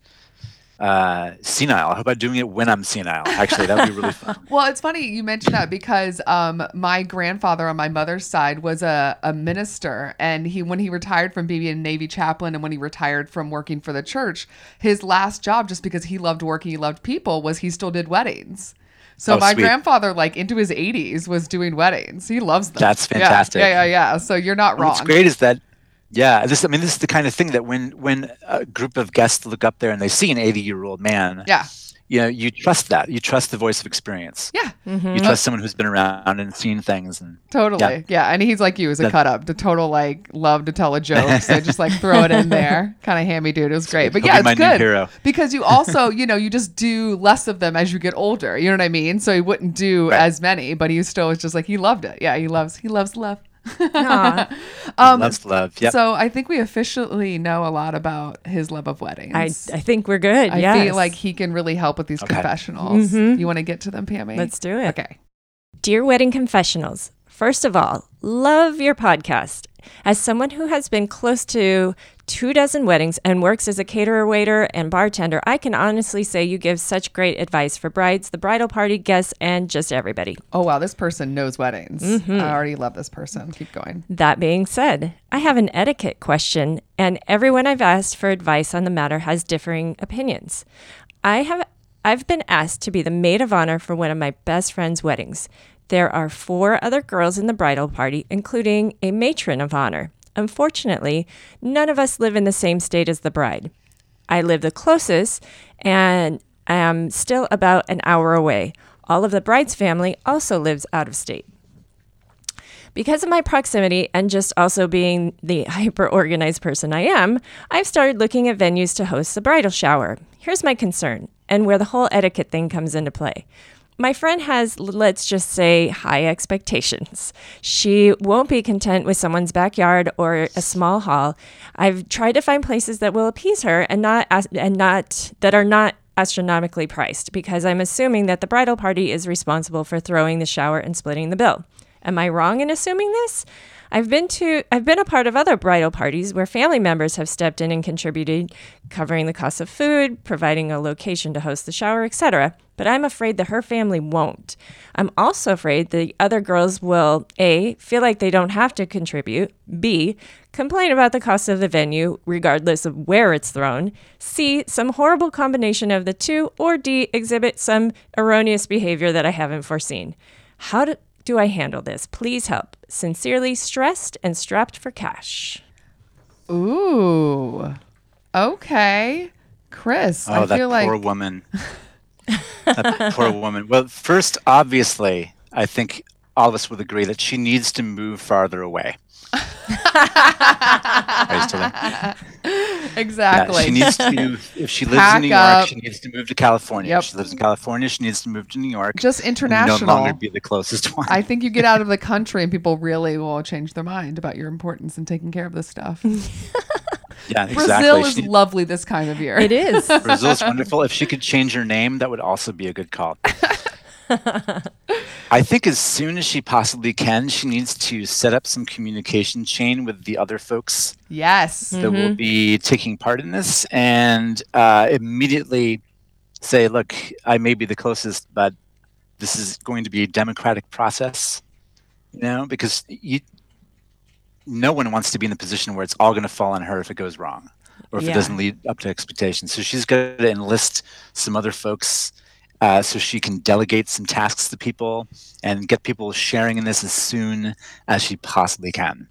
Speaker 4: uh, senile i hope i'm doing it when i'm senile actually that would be really fun
Speaker 1: Well, it's funny you mentioned that because um, my grandfather on my mother's side was a, a minister, and he when he retired from being a Navy chaplain and when he retired from working for the church, his last job, just because he loved working, he loved people, was he still did weddings. So
Speaker 4: Oh,
Speaker 1: my
Speaker 4: sweet.
Speaker 1: grandfather, like into his 80s, was doing weddings. He loves them.
Speaker 4: That's
Speaker 1: Yeah,
Speaker 4: fantastic.
Speaker 1: Yeah, yeah, yeah. So you're not
Speaker 4: And
Speaker 1: wrong.
Speaker 4: what's great is that yeah this i mean this is the kind of thing that when when a group of guests look up there and they see an 80 year old man
Speaker 1: Yeah,
Speaker 4: you know you trust that you trust the voice of experience
Speaker 1: yeah,
Speaker 2: Mm-hmm.
Speaker 1: Mm-hmm.
Speaker 4: you trust someone who's been around and seen things and
Speaker 1: totally. Yeah. and he's like you, is a
Speaker 4: That-
Speaker 1: cut up, the total like love to tell a joke. so just like throw it in there, kind of hammy dude. It was great, but
Speaker 4: He'll
Speaker 1: yeah,
Speaker 4: be
Speaker 1: it's
Speaker 4: my
Speaker 1: good.
Speaker 4: new hero
Speaker 1: because you also you know you just do less of them as you get older you know what i mean so he wouldn't do
Speaker 4: Right.
Speaker 1: as many but he still was just like he loved it yeah he loves he loves love
Speaker 2: Aw.
Speaker 1: um
Speaker 4: loves love yep
Speaker 1: so i think we officially know a lot about his love of weddings
Speaker 2: I, I think we're good.
Speaker 1: I
Speaker 2: Yeah.
Speaker 1: feel like he can really help with these
Speaker 4: Okay.
Speaker 1: confessionals
Speaker 2: Mhm.
Speaker 1: you want to get to them pammy
Speaker 2: Let's do it.
Speaker 1: okay
Speaker 2: Dear Wedding Confessionals, first of all, love your podcast. As someone who has been close to two dozen weddings and works as a caterer, waiter, and bartender, I can honestly say you give such great advice for brides, the bridal party, guests, and just everybody.
Speaker 1: oh wow this person knows weddings i already love this person keep going
Speaker 2: That being said, I have an etiquette question, and everyone I've asked for advice on the matter has differing opinions. I have I've been asked to be the maid of honor for one of my best friend's weddings. There are four other girls in the bridal party, including a matron of honor. Unfortunately, none of us live in the same state as the bride. I live the closest and am still about an hour away. All of the bride's family also lives out of state. Because of my proximity and just also being the hyper organized person I am, I've started looking at venues to host the bridal shower. Here's my concern, and where the whole etiquette thing comes into play. My friend has, let's just say, high expectations. She won't be content with someone's backyard or a small hall. I've tried to find places that will appease her and not as- and not that are not astronomically priced because I'm assuming that the bridal party is responsible for throwing the shower and splitting the bill. Am I wrong in assuming this? I've been to I've been a part of other bridal parties where family members have stepped in and contributed, covering the cost of food, providing a location to host the shower, etc. But I'm afraid that her family won't. I'm also afraid the other girls will A feel like they don't have to contribute, B complain about the cost of the venue regardless of where it's thrown, C some horrible combination of the two, or D exhibit some erroneous behavior that I haven't foreseen. How do do I handle this? Please help. Sincerely, stressed and strapped for cash.
Speaker 1: Ooh. Okay. Chris,
Speaker 4: Oh,
Speaker 1: I
Speaker 4: that
Speaker 1: feel
Speaker 4: poor
Speaker 1: like
Speaker 4: woman. that poor woman. Well, first, obviously, I think all of us would agree that she needs to move farther away. Are you still there? Yeah,
Speaker 1: exactly.
Speaker 4: she needs to. If she lives
Speaker 1: Pack
Speaker 4: in New York,
Speaker 1: up.
Speaker 4: she needs to move to California.
Speaker 1: Yep.
Speaker 4: If she lives in California, she needs to move to New York.
Speaker 1: Just
Speaker 4: and No longer
Speaker 1: international.
Speaker 4: be the closest one.
Speaker 1: I think you get out of the country and people really will change their mind about your importance in taking care of this stuff.
Speaker 4: yeah,
Speaker 1: Brazil
Speaker 4: exactly.
Speaker 1: is
Speaker 4: She-
Speaker 1: lovely this time of year.
Speaker 2: It is.
Speaker 4: Brazil's wonderful. If she could change her name, that would also be a good call. I think as soon as she possibly can, she needs to set up some communication chain with the other folks
Speaker 1: Yes.
Speaker 4: that will be taking part in this and uh, immediately say, look, I may be the closest, but this is going to be a democratic process, you know, because you, no one wants to be in the position where it's all going to fall on her if it goes wrong or if
Speaker 2: Yeah.
Speaker 4: it doesn't lead up to expectations. So she's going to enlist some other folks uh, so she can delegate some tasks to people and get people sharing in this as soon as she possibly can.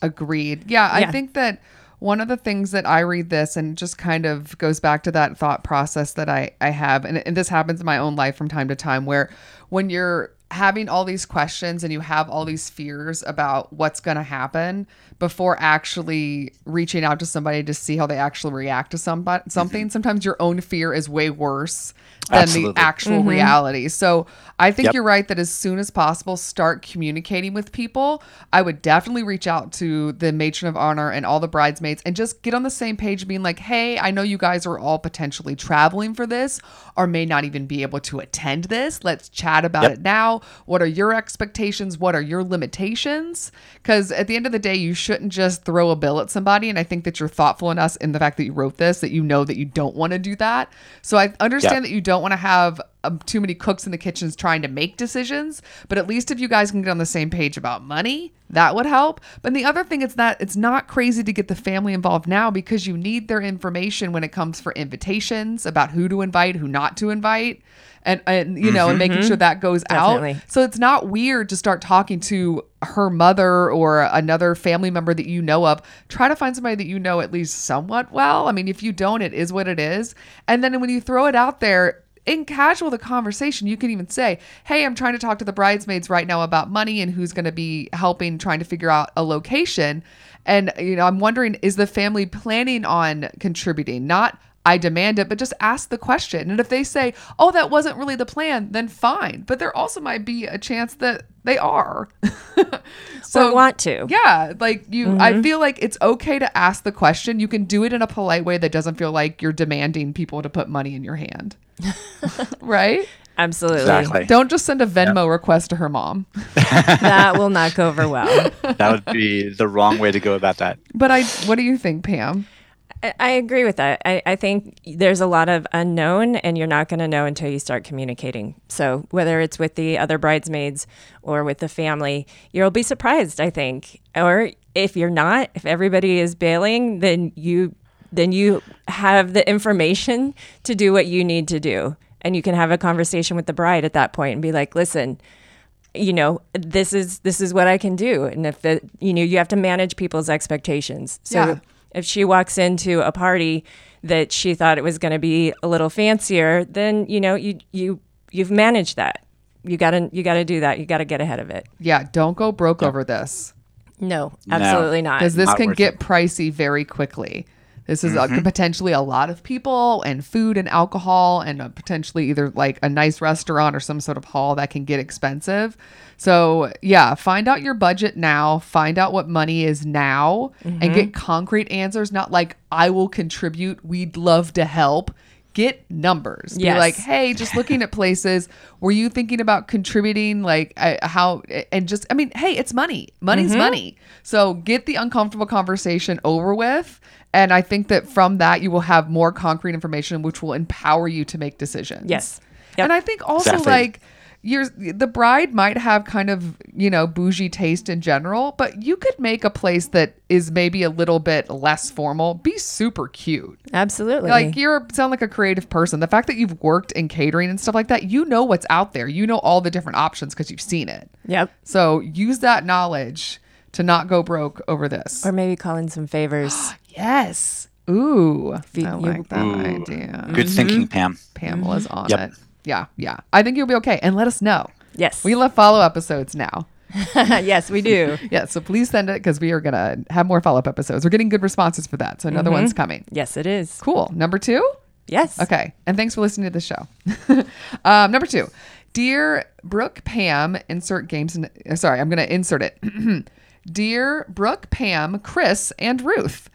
Speaker 1: Agreed. Yeah, I
Speaker 2: Yeah.
Speaker 1: think that one of the things that I read this and just kind of goes back to that thought process that I, I have, and, and this happens in my own life from time to time, where when you're having all these questions and you have all these fears about what's going to happen before actually reaching out to somebody to see how they actually react to somebody, something, sometimes your own fear is way worse than the
Speaker 4: Absolutely.
Speaker 1: actual reality. So I think
Speaker 4: Yep.
Speaker 1: you're right that as soon as possible, start communicating with people. I would definitely reach out to the matron of honor and all the bridesmaids and just get on the same page, being like, hey, I know you guys are all potentially traveling for this or may not even be able to attend this. Let's chat about
Speaker 4: Yep.
Speaker 1: it now. What are your expectations? What are your limitations? Because at the end of the day, you shouldn't just throw a bill at somebody. And I think that you're thoughtful in us in the fact that you wrote this, that you know that you don't want to do that. So I understand
Speaker 4: Yeah.
Speaker 1: that you don't want to have um, too many cooks in the kitchens trying to make decisions, but at least if you guys can get on the same page about money, that would help. But the other thing is that it's not crazy to get the family involved now because you need their information when it comes for invitations about who to invite, who not to invite, and and you know, and making sure that goes
Speaker 2: Definitely.
Speaker 1: out. So it's not weird to start talking to her mother or another family member that you know of. Try to find somebody that you know at least somewhat well. I mean, if you don't, it is what it is. And then when you throw it out there, in casual the conversation, you can even say, "Hey, I'm trying to talk to the bridesmaids right now about money and who's going to be helping trying to figure out a location." And you know, I'm wondering is the family planning on contributing? Not I demand it, but just ask the question. And if they say, "Oh, that wasn't really the plan," then fine. But there also might be a chance that they are.
Speaker 2: so want to.
Speaker 1: Yeah, like you I feel like it's okay to ask the question. You can do it in a polite way that doesn't feel like you're demanding people to put money in your hand. right?
Speaker 2: Absolutely.
Speaker 4: Exactly.
Speaker 1: Don't just send a Venmo request to her mom.
Speaker 2: That will not go over well.
Speaker 4: that would be the wrong way to go about that.
Speaker 1: But I what do you think, Pam?
Speaker 2: I, I agree with that. I, I think there's a lot of unknown, and you're not going to know until you start communicating. So, whether it's with the other bridesmaids or with the family, you'll be surprised, I think. Or if you're not, if everybody is bailing, then you then you have the information to do what you need to do. And you can have a conversation with the bride at that point and be like, listen, you know this is this is what i can do and if the you know you have to manage people's expectations so
Speaker 1: Yeah.
Speaker 2: if she walks into a party that she thought it was going to be a little fancier then you know you you you've managed that you gotta you gotta do that you gotta get ahead of it
Speaker 1: Yeah, don't go broke over this
Speaker 2: no absolutely not
Speaker 1: because this
Speaker 4: Not
Speaker 1: can
Speaker 4: worth
Speaker 1: get pricey very quickly. This is uh, potentially a lot of people and food and alcohol and uh, potentially either like a nice restaurant or some sort of hall that can get expensive. So, yeah, find out your budget now, find out what money is now, and get concrete answers, not like, I will contribute, we'd love to help. Get numbers. Be
Speaker 2: Yes.
Speaker 1: like, hey, just looking at places. Were you thinking about contributing? Like I, how? And just, I mean, hey, it's money. Money's
Speaker 2: Mm-hmm.
Speaker 1: money. So get the uncomfortable conversation over with. And I think that from that, you will have more concrete information, which will empower you to make decisions.
Speaker 2: Yes. Yep.
Speaker 1: And I think also
Speaker 4: Exactly.
Speaker 1: like. You're, the bride might have kind of you know bougie taste in general, but you could make a place that is maybe a little bit less formal be super cute.
Speaker 2: absolutely
Speaker 1: Like you're sound like a creative person. The fact that you've worked in catering and stuff like that, you know what's out there. You know all the different options because you've seen it.
Speaker 2: yep
Speaker 1: So use that knowledge to not go broke over this.
Speaker 2: or maybe call in some favors
Speaker 1: yes. Ooh,
Speaker 2: you-
Speaker 1: I like that
Speaker 4: Ooh.
Speaker 1: idea.
Speaker 4: Good thinking, Pam.
Speaker 1: Pamela's on
Speaker 4: Yep.
Speaker 1: it. Yeah, yeah. I think you'll be okay. And let us know.
Speaker 2: yes
Speaker 1: We love follow up episodes now.
Speaker 2: yes we do
Speaker 1: Yeah, so please send it because we are gonna have more follow up episodes. We're getting good responses for that, so another one's coming.
Speaker 2: yes it is
Speaker 1: Cool. Number two.
Speaker 2: yes
Speaker 1: Okay. And thanks for listening to the show. um, number two, dear Brooke Pam, insert games. In, uh, sorry, I'm going to insert it. dear Brooke Pam, Chris, and Ruth.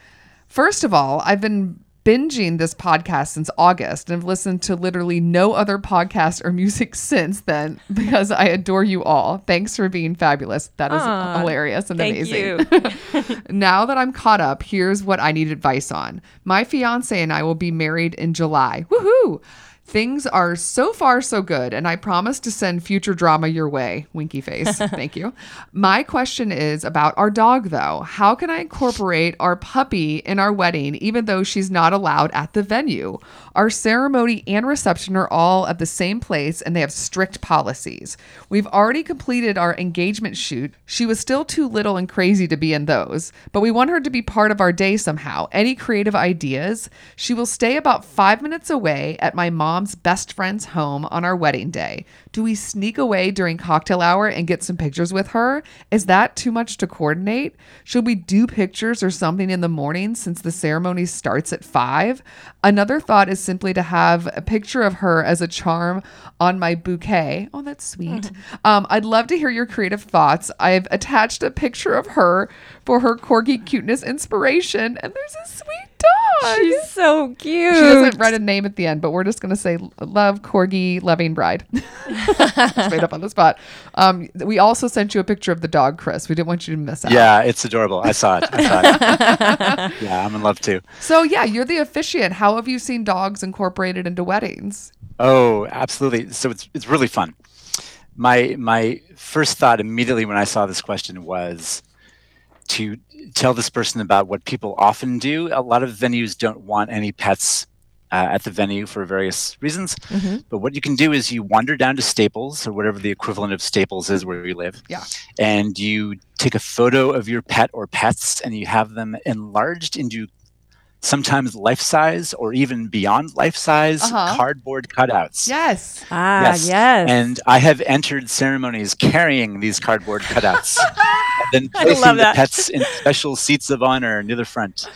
Speaker 1: First of all, I've been binging this podcast since August and have listened to literally no other podcast or music since then because I adore you all. Thanks for being fabulous. That is
Speaker 2: Aw,
Speaker 1: hilarious and
Speaker 2: thank
Speaker 1: amazing.
Speaker 2: you
Speaker 1: Now that I'm caught up, here's what I need advice on. My fiance and I will be married in July. Woohoo! Things are so far so good, and I promise to send future drama your way. Winky face. Thank you. My question is about our dog, though. How can I incorporate our puppy in our wedding, even though she's not allowed at the venue? Our ceremony and reception are all at the same place, and they have strict policies. We've already completed our engagement shoot. She was still too little and crazy to be in those, but we want her to be part of our day somehow. Any creative ideas? She will stay about five minutes away at my mom's best friend's home on our wedding day. Do we sneak away during cocktail hour and get some pictures with her? Is that too much to coordinate? Should we do pictures or something in the morning since the ceremony starts at five? Another thought is simply to have a picture of her as a charm on my bouquet. Oh, that's sweet. um, I'd love to hear your creative thoughts. I've attached a picture of her for her corgi cuteness inspiration, and there's a sweet dog.
Speaker 2: she's so cute
Speaker 1: she doesn't write a name at the end, but we're just going to say love corgi loving bride. it's made up on the spot. Um, we also sent you a picture of the dog, Chris. We didn't want you to miss out.
Speaker 4: Yeah, it's adorable. I saw it. I saw it. yeah, I'm in love too.
Speaker 1: So yeah, you're the officiant. How have you seen dogs incorporated into weddings?
Speaker 4: Oh, absolutely. So it's it's really fun. My my first thought immediately when I saw this question was to tell this person about what people often do. A lot of venues don't want any pets uh, at the venue for various reasons.
Speaker 1: Mm-hmm.
Speaker 4: But what you can do is you wander down to Staples or whatever the equivalent of Staples is where you live.
Speaker 1: Yeah.
Speaker 4: And you take a photo of your pet or pets and you have them enlarged into sometimes life size or even beyond life size
Speaker 1: Uh-huh.
Speaker 4: cardboard cutouts.
Speaker 1: Yes.
Speaker 2: ah yes,
Speaker 4: And I have entered ceremonies carrying these cardboard cutouts, and then
Speaker 2: I love
Speaker 4: placing the
Speaker 2: that.
Speaker 4: pets in special seats of honor near the front.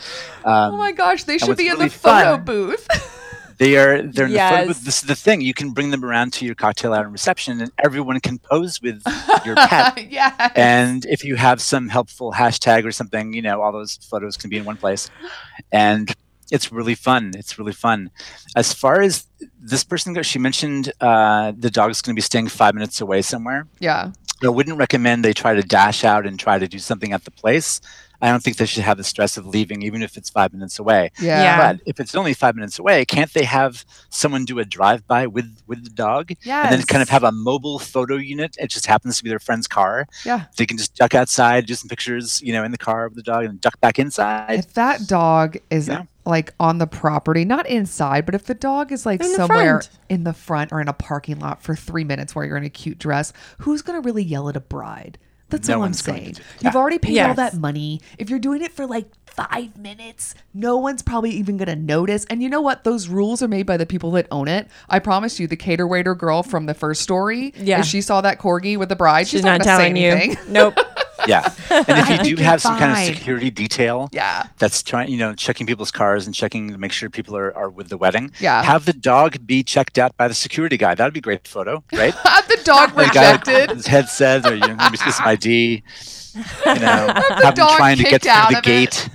Speaker 4: Um,
Speaker 1: Oh my gosh, they should
Speaker 4: what's
Speaker 1: be in
Speaker 4: really
Speaker 1: the photo
Speaker 4: fun-
Speaker 1: booth.
Speaker 4: They are they're in the photo
Speaker 2: Yes.
Speaker 4: booth. This is the thing. You can bring them around to your cocktail hour and reception, and everyone can pose with your pet.
Speaker 1: yeah.
Speaker 4: And if you have some helpful hashtag or something, you know, all those photos can be in one place. And it's really fun. It's really fun. As far as this person goes, she mentioned uh, the dog's going to be staying five minutes away somewhere.
Speaker 1: yeah.
Speaker 4: I wouldn't recommend they try to dash out and try to do something at the place. I don't think they should have the stress of leaving, even if it's five minutes away.
Speaker 1: Yeah.
Speaker 4: But if it's only five minutes away, can't they have someone do a drive-by with with the dog,
Speaker 1: Yes.
Speaker 4: and then kind of have a mobile photo unit? It just happens to be their friend's car.
Speaker 1: Yeah.
Speaker 4: They can just duck outside, do some pictures, you know, in the car with the dog, and duck back inside.
Speaker 1: If that dog is
Speaker 4: Yeah.
Speaker 1: like on the property, not inside, but if the dog is like
Speaker 2: In the
Speaker 1: somewhere
Speaker 2: front.
Speaker 1: in the front or in a parking lot for three minutes while you're in a cute dress, who's going to really yell at a bride? That's
Speaker 4: No
Speaker 1: all I'm
Speaker 4: one's going to
Speaker 1: saying.
Speaker 4: do that.
Speaker 1: You've already paid all
Speaker 2: Yes.
Speaker 1: that money. If you're doing it for like five minutes, no one's probably even going to notice. And you know what? Those rules are made by the people that own it. I promise you, the cater waiter girl from the first story,
Speaker 2: Yeah.
Speaker 1: if she saw that corgi with the bride, she's,
Speaker 2: She's
Speaker 1: not,
Speaker 2: not
Speaker 1: gonna
Speaker 2: telling
Speaker 1: say anything.
Speaker 2: you. Nope.
Speaker 4: Yeah. And if you
Speaker 1: think
Speaker 4: do
Speaker 1: you're
Speaker 4: have some kind of
Speaker 1: fine.
Speaker 4: security detail
Speaker 1: Yeah.
Speaker 4: that's trying, you know, checking people's cars and checking to make sure people are, are with the wedding,
Speaker 1: Yeah.
Speaker 4: have the dog be checked out by the security guy. That'd be a great photo, right?
Speaker 1: Have the dog
Speaker 4: The guy with
Speaker 1: rejected.
Speaker 4: His head says, or you know, let me see some ID. You know, have him
Speaker 1: dog
Speaker 4: trying to get
Speaker 1: kicked out
Speaker 4: through the
Speaker 1: of it.
Speaker 4: gate.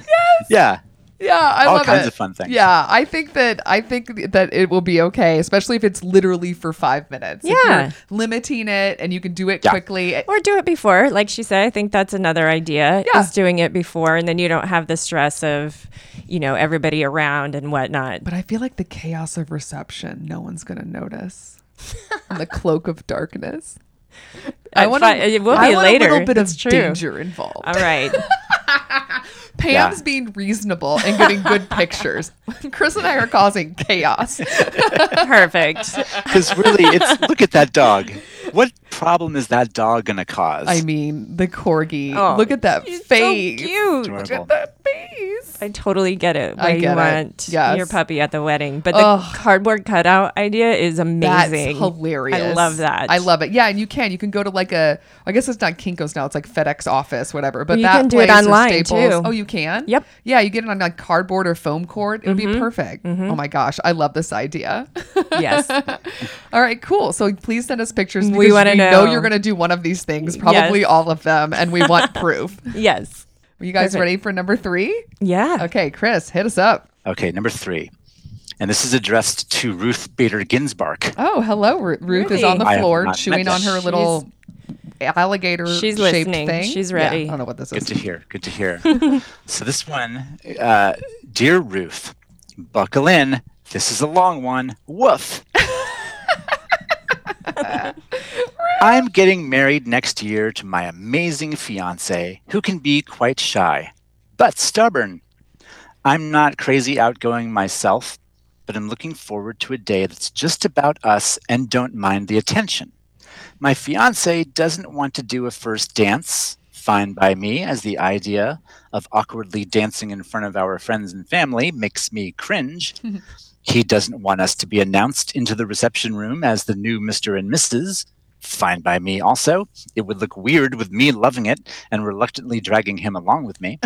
Speaker 4: Yeah.
Speaker 1: Yeah, I
Speaker 4: All
Speaker 1: love
Speaker 4: kinds
Speaker 1: it.
Speaker 4: of fun things.
Speaker 1: Yeah, I think that I think that it will be okay, especially if it's literally for five minutes. If
Speaker 2: Yeah.
Speaker 1: you're limiting it and you can do it
Speaker 4: Yeah.
Speaker 1: quickly. It-
Speaker 2: Or do it before. Like she said, I think that's another idea
Speaker 1: Yeah.
Speaker 2: is doing it before. And then you don't have the stress of, you know, everybody around and whatnot.
Speaker 1: But I feel like the chaos of reception, no one's gonna notice. and the cloak of darkness.
Speaker 2: Uh,
Speaker 1: want
Speaker 2: fi- it will
Speaker 1: I
Speaker 2: be
Speaker 1: want
Speaker 2: later.
Speaker 1: a little bit
Speaker 2: It's
Speaker 1: of
Speaker 2: true. Uh,
Speaker 1: danger involved.
Speaker 2: All right.
Speaker 1: Pam's
Speaker 4: Yeah.
Speaker 1: being reasonable and getting good pictures. Chris and I are causing chaos.
Speaker 2: Perfect.
Speaker 4: Because really, it's look at that dog. What problem is that dog going to cause?
Speaker 1: I mean, the corgi.
Speaker 2: Oh,
Speaker 1: Look at that
Speaker 2: she's so
Speaker 1: face.
Speaker 2: cute.
Speaker 1: Look
Speaker 4: Adorable.
Speaker 1: at that face.
Speaker 2: I totally get it.
Speaker 1: I
Speaker 2: Why you
Speaker 1: get it.
Speaker 2: want
Speaker 1: Yes.
Speaker 2: your puppy at the wedding. But the
Speaker 1: Ugh.
Speaker 2: cardboard cutout idea is amazing.
Speaker 1: That's hilarious.
Speaker 2: I love that.
Speaker 1: I love it. Yeah, and you can you can go to like a I guess it's not Kinkos now. It's like FedEx office, whatever. But
Speaker 2: You
Speaker 1: that
Speaker 2: can do
Speaker 1: place
Speaker 2: it
Speaker 1: or
Speaker 2: online,
Speaker 1: Staples-
Speaker 2: too.
Speaker 1: Oh, you can.
Speaker 2: Yep. Mm-hmm.
Speaker 1: Yeah, you get it on like cardboard or foam cord. It would be perfect. Oh my gosh, I love this idea.
Speaker 2: yes.
Speaker 1: all right, cool. So please send us pictures.
Speaker 2: We
Speaker 1: Because we
Speaker 2: wanna
Speaker 1: know.
Speaker 2: know.
Speaker 1: you're going to do one of these things, probably
Speaker 2: Yes.
Speaker 1: all of them, and we want proof.
Speaker 2: Yes.
Speaker 1: Are you guys
Speaker 2: Perfect.
Speaker 1: ready for number three?
Speaker 2: Yeah.
Speaker 1: Okay, Chris, hit us up.
Speaker 4: Okay, number three. And this is addressed to Ruth Bader Ginsburg.
Speaker 1: Oh, hello. Ru- Ruth is
Speaker 2: Really?
Speaker 1: on the
Speaker 4: I have
Speaker 1: floor
Speaker 4: not met
Speaker 1: chewing on
Speaker 4: this.
Speaker 1: her little alligator
Speaker 2: She's
Speaker 1: shaped
Speaker 2: listening.
Speaker 1: thing.
Speaker 2: She's
Speaker 1: Yeah,
Speaker 2: ready.
Speaker 1: I don't know what this
Speaker 4: Good
Speaker 1: is.
Speaker 4: to hear. Good to hear. so this one, uh, dear Ruth, buckle in. This is a long one. Woof. I'm getting married next year to my amazing fiance, who can be quite shy, but stubborn. I'm not crazy outgoing myself, but I'm looking forward to a day that's just about us and don't mind the attention. My fiance doesn't want to do a first dance, fine by me, as the idea of awkwardly dancing in front of our friends and family makes me cringe. he doesn't want us to be announced into the reception room as the new Mr. and Mrs. Fine by me, also. It would look weird with me loving it and reluctantly dragging him along with me.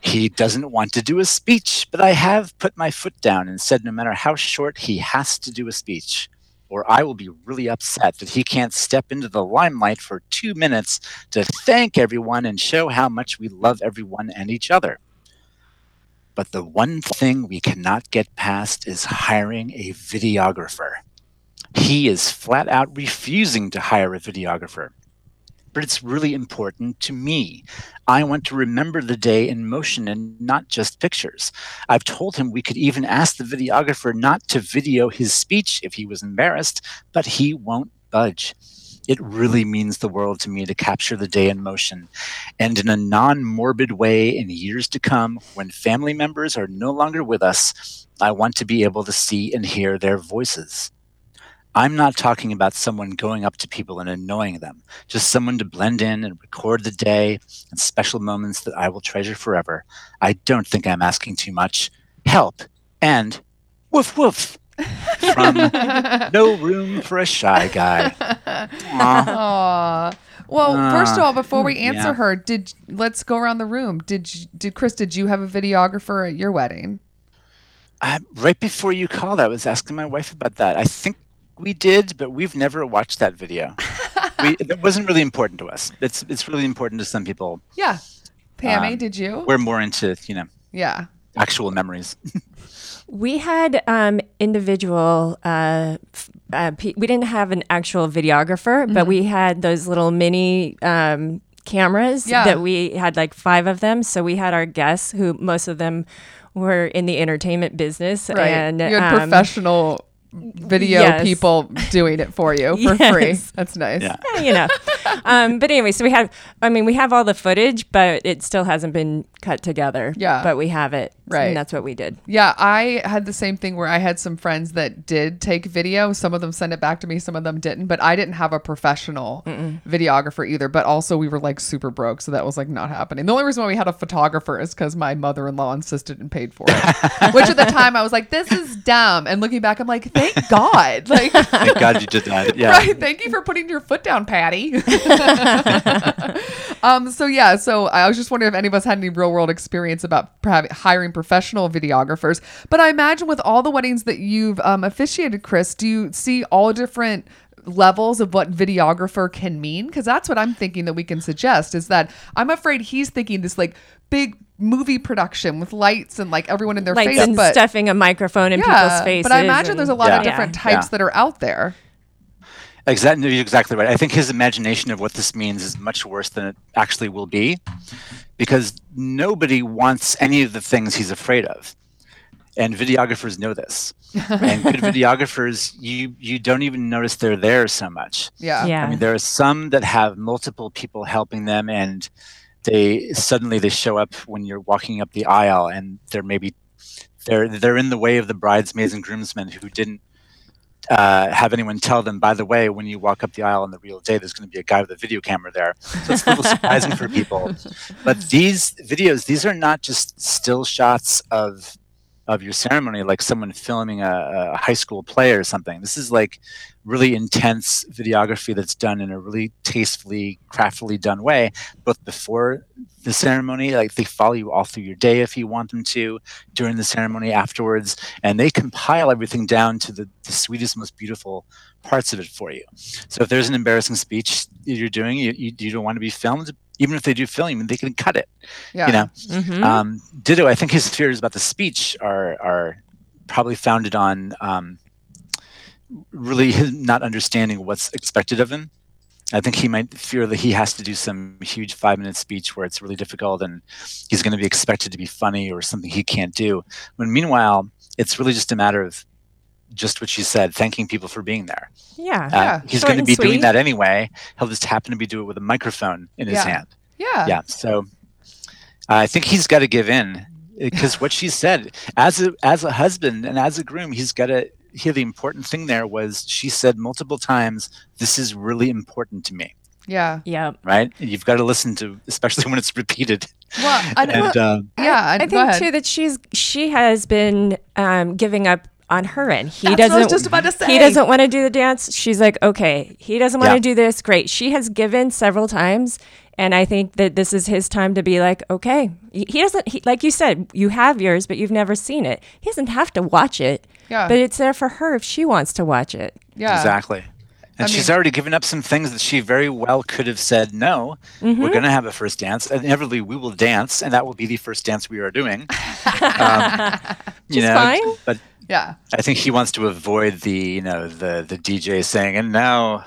Speaker 4: He doesn't want to do a speech, but I have put my foot down and said no matter how short, he has to do a speech, or I will be really upset that he can't step into the limelight for two minutes to thank everyone and show how much we love everyone and each other. But the one thing we cannot get past is hiring a videographer. He is flat out refusing to hire a videographer but it's really important to me. I want to remember the day in motion and not just pictures. I've told him we could even ask the videographer not to video his speech if he was embarrassed, but he won't budge. It really means the world to me to capture the day in motion. And in a non morbid way, in years to come, when family members are no longer with us, I want to be able to see and hear their voices. I'm not talking about someone going up to people and annoying them, just someone to blend in and record the day and special moments that I will treasure forever. I don't think I'm asking too much. Help and woof woof from No Room for a Shy Guy. Aw.
Speaker 1: Aw. Well, first of all, before we answer
Speaker 4: Uh, yeah.
Speaker 1: her, did let's go around the room. Did you, did Chris? Did you have a videographer at your wedding?
Speaker 4: I, right before you called, I was asking my wife about that. I think we did, but we've never watched that video. we, it wasn't really important to us. It's, it's really important to some people.
Speaker 1: Yeah, Pammy,
Speaker 4: Um,
Speaker 1: did you?
Speaker 4: We're more into, you know,
Speaker 1: Yeah.
Speaker 4: actual memories.
Speaker 2: We had um, individual. Uh, f- uh, pe- we didn't have an actual videographer,
Speaker 1: Mm-hmm.
Speaker 2: but we had those little mini um, cameras
Speaker 1: Yeah.
Speaker 2: that we had like five of them. So we had our guests, who most of them were in the entertainment business,
Speaker 1: Right.
Speaker 2: and
Speaker 1: you had
Speaker 2: um,
Speaker 1: professional video
Speaker 2: yes.
Speaker 1: people doing it for you for free.
Speaker 2: Yes.
Speaker 1: That's nice.
Speaker 4: Yeah.
Speaker 2: eh, you know. um, but anyway, so we have. I mean, we have all the footage, but it still hasn't been cut together.
Speaker 1: Yeah.
Speaker 2: but we have it.
Speaker 1: Right.
Speaker 2: And that's what we did.
Speaker 1: Yeah, I had the same thing where I had some friends that did take video. Some of them sent it back to me, some of them didn't, but I didn't have a professional videographer either. But also, we were like super broke, so that was like not happening. The only reason why we had a photographer is because my mother in law insisted and paid for it, which at the time I was like, this is dumb. And looking back, I'm like, thank God. Like,
Speaker 4: Thank God you did that. Yeah.
Speaker 1: Right. Thank you for putting your foot down, Patty. um, so yeah, so I was just wondering if any of us had any real world experience about perhaps hiring professional videographers. But I imagine with all the weddings that you've um, officiated, Chris, do you see all different levels of what videographer can mean? Because that's what I'm thinking that we can suggest is that I'm afraid he's thinking this like big movie production with lights and like everyone in their
Speaker 2: Like
Speaker 1: face,
Speaker 2: and
Speaker 1: but.
Speaker 2: stuffing a microphone in people's faces.
Speaker 1: but I imagine there's a lot of
Speaker 2: and-
Speaker 1: different
Speaker 2: Yeah.
Speaker 1: types
Speaker 4: Yeah.
Speaker 1: that are out there.
Speaker 4: Exactly, you're exactly right. I think his imagination of what this means is much worse than it actually will be, because nobody wants any of the things he's afraid of, and videographers know this. and good videographers, you you don't even notice they're there so much.
Speaker 1: Yeah.
Speaker 2: Yeah.
Speaker 4: I mean, there are some that have multiple people helping them, and they suddenly they show up when you're walking up the aisle, and they're maybe they're they're in the way of the bridesmaids and groomsmen who didn't uh, have anyone tell them. By the way, when you walk up the aisle on the real day, there's going to be a guy with a video camera there, so it's a little surprising for people. But these videos, these are not just still shots of of your ceremony, like someone filming a, a high school play or something. This is like really intense videography that's done in a really tastefully, craftily done way, both before the ceremony, like they follow you all through your day if you want them to, during the ceremony afterwards, and they compile everything down to the, the sweetest, most beautiful parts of it for you. So if there's an embarrassing speech that you're doing, you, you, you don't want to be filmed, even if they do film you, they can cut it,
Speaker 1: Yeah.
Speaker 4: you know?
Speaker 2: Mhm.
Speaker 4: Um, ditto, I think his fears about the speech are are probably founded on um, really him not understanding what's expected of him. I think he might fear that he has to do some huge five minute speech where it's really difficult and he's going to be expected to be funny or something he can't do. When meanwhile, it's really just a matter of just what you said, thanking people for being there.
Speaker 2: yeah.
Speaker 4: Uh,
Speaker 1: Yeah,
Speaker 4: he's
Speaker 2: short
Speaker 4: going to
Speaker 2: and
Speaker 4: be
Speaker 2: sweet.
Speaker 4: doing that anyway. He'll just happen to be doing it with a microphone in his
Speaker 1: Yeah.
Speaker 4: hand
Speaker 1: Yeah.
Speaker 4: yeah so i think he's got to give in because what she said as a as a husband and as a groom he's got to hear the important thing there was she said multiple times this is really important to me
Speaker 1: Yeah.
Speaker 2: yeah.
Speaker 4: right and you've got to listen to especially when it's repeated
Speaker 1: Well, I, well,
Speaker 4: and um,
Speaker 1: yeah. I,
Speaker 2: I
Speaker 1: go
Speaker 2: think
Speaker 1: ahead.
Speaker 2: too that she's she has been um, giving up on her end. He
Speaker 1: That's what I was
Speaker 2: doesn't.
Speaker 1: just about to say.
Speaker 2: He doesn't want to do the dance. She's like, okay. He doesn't want to do
Speaker 4: Yeah.
Speaker 2: this. Great. She has given several times, and I think that this is his time to be like, okay. He he doesn't. He, like you said, you have yours, but you've never seen it. He doesn't have to watch it.
Speaker 1: Yeah.
Speaker 2: But it's there for her if she wants to watch it.
Speaker 1: yeah.
Speaker 4: exactly and she's already given up some things that she very well could have said no
Speaker 1: Mm-hmm.
Speaker 4: we're going to have a first dance and inevitably we will dance and that will be the first dance we are doing um, you know
Speaker 2: fine.
Speaker 4: but
Speaker 1: Yeah.
Speaker 4: I think he wants to avoid the you know the the DJ saying and now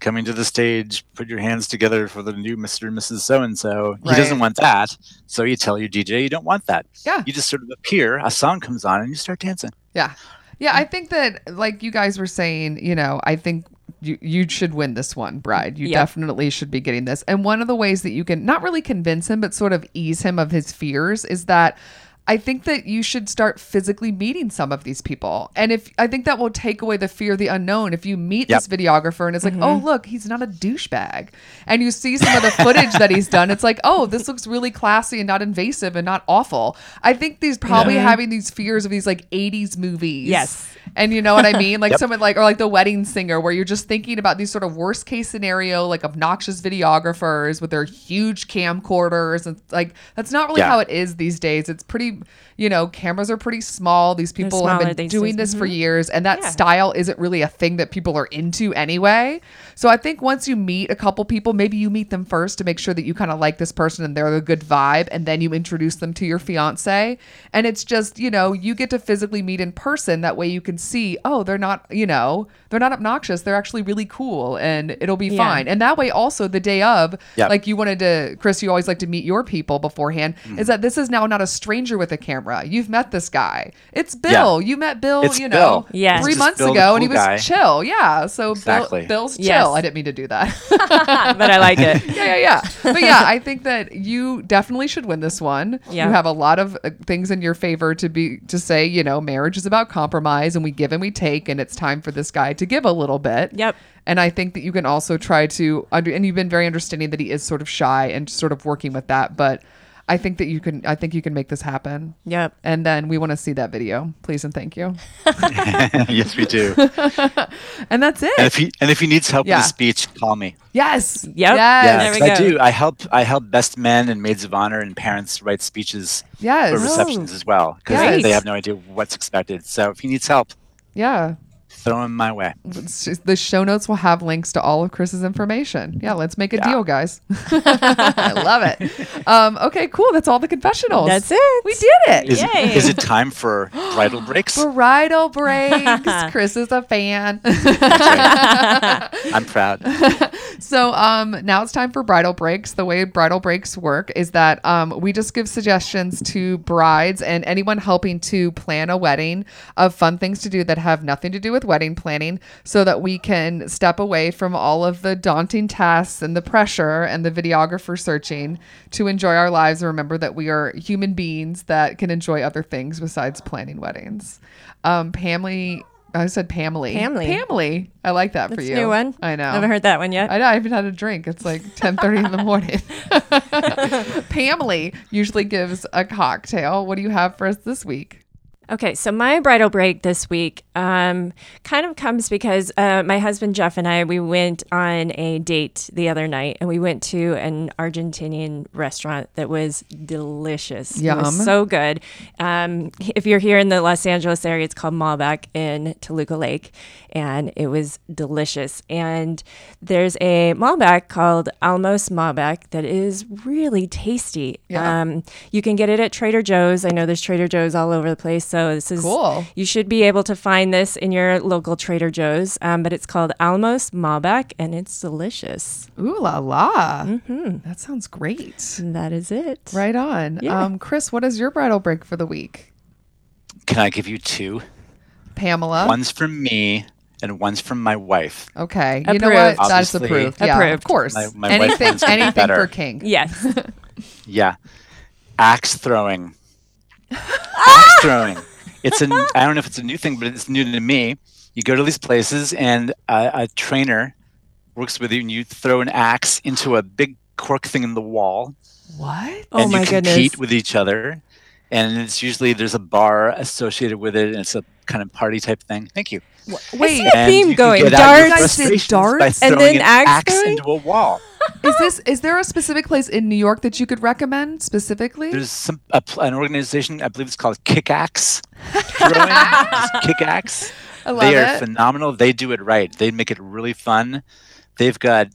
Speaker 4: coming to the stage put your hands together for the new Mr. and Mrs. so and so. He doesn't
Speaker 1: Right.
Speaker 4: want that. So you tell your DJ you don't want that.
Speaker 1: Yeah.
Speaker 4: You just sort of appear, a song comes on and you start dancing.
Speaker 1: Yeah. Yeah. I think that, like you guys were saying, you know, I think you, you should win this one, Bride. You
Speaker 2: Yep.
Speaker 1: definitely should be getting this. And one of the ways that you can not really convince him, but sort of ease him of his fears is that. I think that you should start physically meeting some of these people. And if I think that will take away the fear of the unknown. If you meet
Speaker 4: Yep.
Speaker 1: this videographer and it's like, oh, look, he's not a douchebag. And you see some of the footage that he's done, it's like, oh, this looks really classy and not invasive and not awful. I think these probably having these fears of these like 80s movies.
Speaker 2: Yes.
Speaker 1: And you know what I mean? Like
Speaker 4: Yep.
Speaker 1: someone like, or like the wedding singer, where you're just thinking about these sort of worst case scenario, like obnoxious videographers with their huge camcorders. And like, that's not really
Speaker 4: Yeah.
Speaker 1: how it is these days. It's pretty, you know, cameras are pretty small. These people
Speaker 2: smaller
Speaker 1: have been
Speaker 2: these
Speaker 1: doing
Speaker 2: days.
Speaker 1: this for years, and that
Speaker 2: Mm-hmm. Yeah.
Speaker 1: style isn't really a thing that people are into anyway. So I think once you meet a couple people, maybe you meet them first to make sure that you kind of like this person and they're a good vibe, and then you introduce them to your fiance. And it's just, you know, you get to physically meet in person. That way you can see, oh, they're not, you know, they're not obnoxious. They're actually really cool, and it'll be
Speaker 2: Yeah.
Speaker 1: fine. And that way, also the day of,
Speaker 4: Yeah.
Speaker 1: like you wanted to, Chris, you always like to meet your people beforehand, is that this is now not a stranger with a camera. You've met this guy. It's Bill. You met Bill,
Speaker 4: It's
Speaker 1: you know,
Speaker 4: Bill.
Speaker 2: Yes.
Speaker 1: three
Speaker 2: It's
Speaker 4: just
Speaker 1: months
Speaker 4: Bill, the
Speaker 1: ago, and he
Speaker 4: cool
Speaker 1: was
Speaker 4: guy.
Speaker 1: chill. Yeah. So
Speaker 4: Exactly.
Speaker 1: Bill, Bill's chill.
Speaker 2: Yes.
Speaker 1: I didn't mean to do that.
Speaker 2: Ah, but I like it.
Speaker 1: yeah, yeah, yeah. But yeah, I think that you definitely should win this one.
Speaker 2: Yeah.
Speaker 1: You have a lot of uh, things in your favor to be to say, you know, marriage is about compromise and we give and we take and it's time for this guy to give a little bit.
Speaker 2: Yep.
Speaker 1: And I think that you can also try to under and you've been very understanding that he is sort of shy and sort of working with that, but I think that you can I think you can make this happen.
Speaker 2: Yep.
Speaker 1: And then we want to see that video. Please and thank you.
Speaker 4: yes, we do. And
Speaker 1: And that's it.
Speaker 4: if he and if he needs help
Speaker 1: Yeah. Oh,
Speaker 4: with a speech, call me.
Speaker 1: yes.
Speaker 2: Yep.
Speaker 1: Yes.
Speaker 2: There
Speaker 4: Yeah,
Speaker 2: we
Speaker 4: 'cause I
Speaker 2: go.
Speaker 4: do. I help. I help best men and maids of honor and parents write speeches
Speaker 1: Yes. Oh.
Speaker 4: for receptions as well because
Speaker 1: Yes.
Speaker 4: they have no idea what's expected. So if he needs help,
Speaker 1: Yeah.
Speaker 4: throw him my way.
Speaker 1: It's just- the show notes will have links to all of Chris's information. Yeah, let's make a
Speaker 4: Yeah.
Speaker 1: deal, guys. I love it. Um, okay, cool. That's all the confessionals.
Speaker 2: That's it.
Speaker 1: We did it.
Speaker 4: Is, it-
Speaker 2: Yay.
Speaker 4: is it time for bridal breaks?
Speaker 1: Bridal breaks. Chris is a fan.
Speaker 4: I'm proud.
Speaker 1: so um, now it's time for bridal breaks. The way bridal breaks work is that um, we just give suggestions to brides and anyone helping to plan a wedding of fun things to do that have nothing to do with wedding planning so that we can step away from all of the daunting tasks and the pressure and the videographer searching to enjoy our lives and remember that we are human beings that can enjoy other things besides planning weddings. Um, Pamely. I said Pamely.
Speaker 2: Pamely.
Speaker 1: Pamely. I like that for
Speaker 2: It's
Speaker 1: you.
Speaker 2: a new one.
Speaker 1: I know.
Speaker 2: Haven't heard that one yet.
Speaker 1: I know I haven't had a drink. It's like 10:30 in the morning. Pamely usually gives a cocktail. What do you have for us this week?
Speaker 2: Okay, so my bridal break this week um, kind of comes because uh, my husband Jeff and I we went on a date the other night, and we went to an Argentinian restaurant that was delicious. It was
Speaker 1: Yum.
Speaker 2: so good. Um, if you're here in the Los Angeles area, it's called Malbec in Toluca Lake, and it was delicious. And there's a Malbec called Almos Malbec that is really tasty.
Speaker 1: Yeah.
Speaker 2: Um, you can get it at Trader Joe's. I know there's Trader Joe's all over the place, so this is
Speaker 1: Cool.
Speaker 2: you should be able to find this in your local Trader Joe's, um, but it's called Almos Malbec and it's delicious.
Speaker 1: Ooh la la. Mm-hmm. That sounds great.
Speaker 2: And that is it.
Speaker 1: Right on. Um, Chris, what is your bridal break for the week?
Speaker 4: Can I give you two?
Speaker 1: Pamela.
Speaker 4: One's from me and one's from my wife.
Speaker 1: Okay. You know what?
Speaker 2: Approved.
Speaker 1: That's
Speaker 4: Obviously.
Speaker 1: approved. Yeah, of
Speaker 2: Approved.
Speaker 1: course.
Speaker 4: My- my wife
Speaker 1: anything
Speaker 4: wants to be
Speaker 1: anything
Speaker 4: better.
Speaker 1: for king.
Speaker 2: Yes.
Speaker 4: Yeah. Axe throwing. Axe throwing. It's an I don't know if it's a new thing, but it's new to me. You go to these places and a, a trainer works with you and you throw an axe into a big cork thing in the wall
Speaker 1: What?
Speaker 2: Oh
Speaker 4: and
Speaker 2: my
Speaker 4: you compete
Speaker 2: goodness.
Speaker 4: with each other. And it's usually there's a bar associated with it and it's a kind of party type thing. Thank you.
Speaker 1: Wait.
Speaker 2: a theme
Speaker 4: you can
Speaker 2: going.
Speaker 4: get out your
Speaker 1: Darts? You guys did
Speaker 4: frustrations by
Speaker 1: darts
Speaker 2: and
Speaker 4: throwing
Speaker 2: then
Speaker 4: an
Speaker 2: axe
Speaker 4: axe
Speaker 2: throwing?
Speaker 4: into a wall.
Speaker 1: is this is there a specific place in New York that you could recommend specifically?
Speaker 4: There's some a, pl- an organization I believe it's called Kickaxe. Kickaxe.
Speaker 1: I love
Speaker 4: They are
Speaker 1: it.
Speaker 4: phenomenal. They do it right. They make it really fun. They've got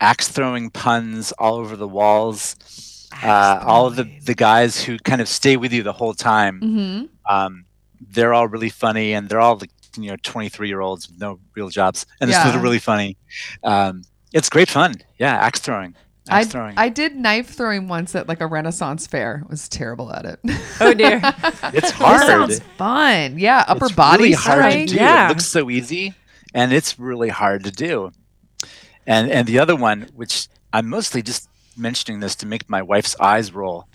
Speaker 4: axe throwing puns all over the walls. Uh, all of the, the guys who kind of stay with you the whole time.
Speaker 1: mm-hmm.
Speaker 4: Um, they're all really funny, and they're all like you know 23 year olds with no real jobs, and it's
Speaker 1: Yeah.
Speaker 4: really, really funny. Um, it's great fun. Yeah, axe throwing. Axe
Speaker 1: I,
Speaker 4: throwing.
Speaker 1: I did knife throwing once at like a Renaissance fair. I was terrible at it.
Speaker 2: Oh dear.
Speaker 4: it's
Speaker 1: That
Speaker 4: hard.
Speaker 1: sounds fun. Yeah, upper
Speaker 4: it's
Speaker 1: body
Speaker 4: really hard to
Speaker 1: strength.
Speaker 4: do.
Speaker 2: Yeah.
Speaker 4: It looks so easy, and it's really hard to do. And and the other one, which I'm mostly just mentioning this to make my wife's eyes roll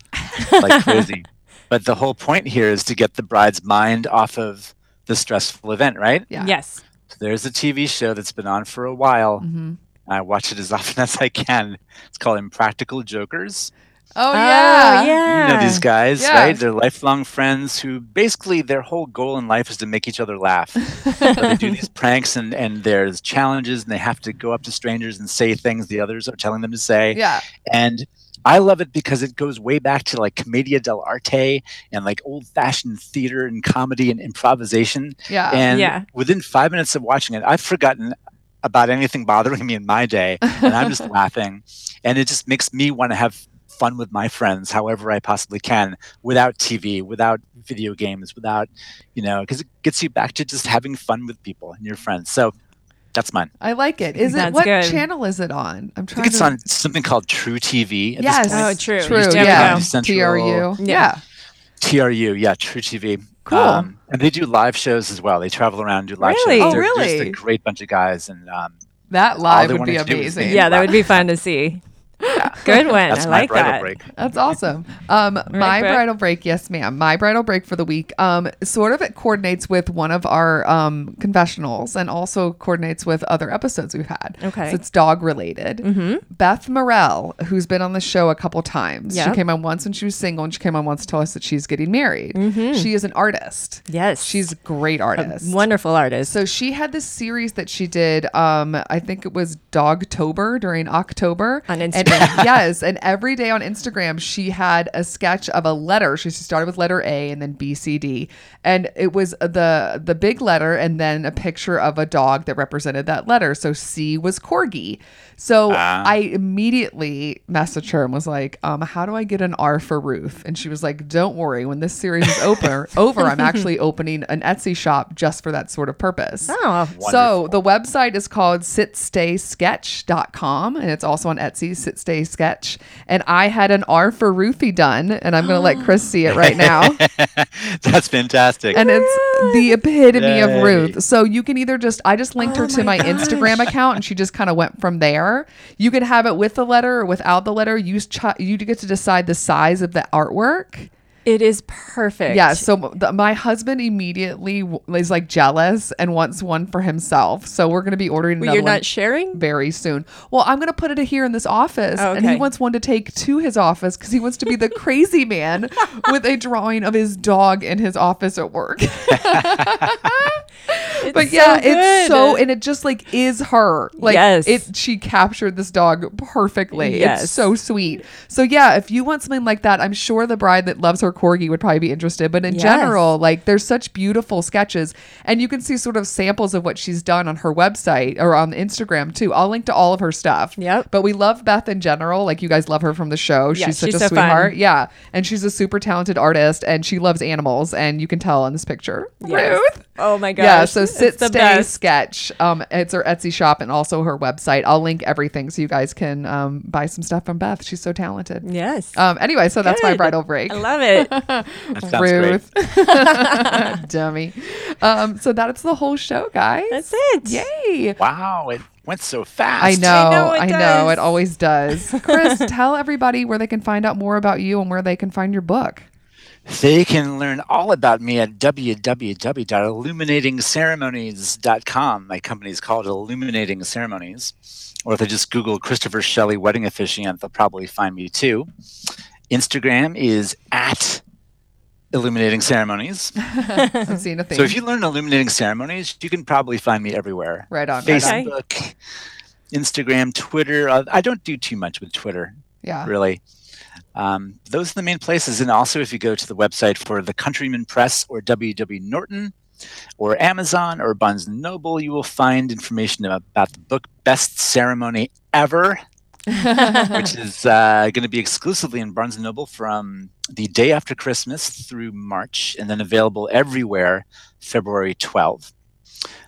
Speaker 4: like crazy. But the whole point here is to get the bride's mind off of the stressful event, right?
Speaker 1: Yeah.
Speaker 2: Yes.
Speaker 4: There's a TV show that's been on for a while.
Speaker 1: Mhm.
Speaker 4: I watch it as often as I can. It's called Impractical Jokers.
Speaker 1: Oh,
Speaker 2: Oh,
Speaker 1: yeah.
Speaker 2: yeah.
Speaker 4: You know these guys,
Speaker 1: Yeah.
Speaker 4: right? They're lifelong friends who basically their whole goal in life is to make each other laugh. so they do these pranks and, and there's challenges and they have to go up to strangers and say things the others are telling them to say.
Speaker 1: Yeah.
Speaker 4: And I love it because it goes way back to like commedia dell'arte and like old fashioned theater and comedy and improvisation.
Speaker 1: Yeah.
Speaker 4: and
Speaker 2: Uh, Yeah.
Speaker 4: within five minutes of watching it, I've forgotten about anything bothering me in my day. And I'm just laughing. And it just makes me want to have fun with my friends however I possibly can without TV, without video games, without, you know, because it gets you back to just having fun with people and your friends. So that's mine.
Speaker 1: I like it. Is it
Speaker 2: That's
Speaker 1: what
Speaker 2: good.
Speaker 1: channel is it on? I'm trying
Speaker 4: I think it's
Speaker 1: to
Speaker 4: on something called True TV. At
Speaker 1: Yes.
Speaker 4: This point.
Speaker 2: Oh, true.
Speaker 1: True,
Speaker 2: There we
Speaker 1: yeah.
Speaker 2: go.
Speaker 4: Central.
Speaker 1: TRU.
Speaker 2: Yeah.
Speaker 1: Yeah.
Speaker 4: TRU, yeah, True TV.
Speaker 1: Cool.
Speaker 4: and they do live shows as well. They travel around and do live
Speaker 2: Really?
Speaker 4: shows.
Speaker 2: Oh,
Speaker 4: They're just
Speaker 1: really?
Speaker 4: a great bunch of guys. And um,
Speaker 1: That
Speaker 4: all
Speaker 1: live
Speaker 4: they
Speaker 1: would be
Speaker 4: wanted to do was
Speaker 1: amazing.
Speaker 4: make
Speaker 2: Yeah, that would be fun to see. Good one.
Speaker 4: that's
Speaker 2: I
Speaker 4: my
Speaker 2: like
Speaker 4: bridal
Speaker 2: that.
Speaker 4: break.
Speaker 1: That's awesome. Um, my
Speaker 2: Brett?
Speaker 1: bridal break, yes, ma'am. My bridal break for the week um, sort of it coordinates with one of our um, confessionals and also coordinates with other episodes we've had.
Speaker 2: Okay. Mm-hmm.
Speaker 1: So it's dog related. Beth Morrell, who's been on the show a couple times,
Speaker 2: Yep.
Speaker 1: she came on once when she was single and she came on once to tell us that she's getting married. She is an artist.
Speaker 2: Mm-hmm. Yes.
Speaker 1: She's a great artist.
Speaker 2: wonderful artist.
Speaker 1: So she had this series that she did. Um, I think it was Dogtober during October
Speaker 2: On
Speaker 1: And-
Speaker 2: Instagram.
Speaker 1: yes, and every day on Instagram she had a sketch of a letter. She started with letter A and then B C D, and it was the the big letter and then a picture of a dog that represented that letter. So C was corgi. So I immediately messaged her and was like, um, "How do I get an R for Ruth?" And she was like, "Don't worry, when this series is over, over, I'm actually opening an Etsy shop just for that sort of purpose."
Speaker 2: Oh,
Speaker 1: So the website is called sitstaysketch.com and it's also on Etsy, sitstaysketch. And I had an R for Ruthie done and I'm going to let Chris see it right now.
Speaker 4: That's fantastic.
Speaker 1: And it's the epitome
Speaker 4: Yay.
Speaker 1: of Ruth. So you can either just, I just linked her to my Instagram account and she just kind of went from there. You can have it with the letter or without the letter. You, ch- you get to decide the size of the artwork.
Speaker 2: it is perfect.
Speaker 1: Yeah. So the, my husband immediately w- is like jealous and wants one for himself. So we're going to be ordering
Speaker 2: Well,
Speaker 1: another
Speaker 2: you're
Speaker 1: one
Speaker 2: not sharing?
Speaker 1: very soon. Well, I'm going to put it here in this office,
Speaker 2: Oh,
Speaker 1: and he
Speaker 2: okay.
Speaker 1: wants one to take to his office because he wants to be the crazy man with a drawing of his dog in his office at work. but yeah, it's so, and it just like is her. Like
Speaker 2: Yes.
Speaker 1: it, she captured this dog perfectly.
Speaker 2: Yes.
Speaker 1: It's so sweet. So yeah, if you want something like that, I'm sure the bride that loves her corgi would probably be interested. But in
Speaker 2: Yes.
Speaker 1: general, like there's such beautiful sketches, and you can see sort of samples of what she's done on her website or on Instagram too. I'll link to all of her stuff.
Speaker 2: Yep.
Speaker 1: But we love Beth in general. Like you guys love her from the show.
Speaker 2: Yeah,
Speaker 1: she's such
Speaker 2: she's
Speaker 1: a
Speaker 2: so fun.
Speaker 1: sweetheart. Yeah, and she's a super talented artist, and she loves animals, and you can tell in this picture.
Speaker 2: Yes.
Speaker 1: Ruth.
Speaker 2: Oh my gosh.
Speaker 1: Yeah, so
Speaker 2: it's
Speaker 1: sit
Speaker 2: the
Speaker 1: stay
Speaker 2: best.
Speaker 1: sketch. Um, it's her Etsy shop and also her website. I'll link everything so you guys can um, buy some stuff from Beth. She's so talented.
Speaker 2: Yes.
Speaker 1: Um, anyway, so that's my
Speaker 2: Good.
Speaker 1: bridal break.
Speaker 2: I love it.
Speaker 4: that sounds great.
Speaker 1: dummy. Um, so that's the whole show, guys.
Speaker 2: That's it.
Speaker 1: Yay!
Speaker 4: Wow, it went so fast.
Speaker 1: I know, I know,
Speaker 2: it
Speaker 1: it,
Speaker 2: does.
Speaker 1: always does. Chris, tell everybody where they can find out more about you and where they can find your book.
Speaker 4: They can learn all about me at www.illuminatingceremonies.com. My company is called Illuminating Ceremonies. Or if they just Google Christopher Shelley Wedding Officiant, they'll probably find me too. Instagram is at Illuminating Ceremonies.
Speaker 1: I'm seeing a thing.
Speaker 4: So if you learn Illuminating Ceremonies, you can probably find me everywhere.
Speaker 1: right on, right on.
Speaker 2: Okay.
Speaker 4: Facebook, Instagram, Twitter. Uh, I don't do too much with Twitter
Speaker 1: Yeah.
Speaker 4: really. Um, those are the main places. And also, if you go to the website for the Countryman Press or W.W. Norton or Amazon or Barnes and Noble, you will find information about the book Best Ceremony Ever, which is uh, going to be exclusively in Barnes and Noble from the day after Christmas through March, and then available everywhere February 12th.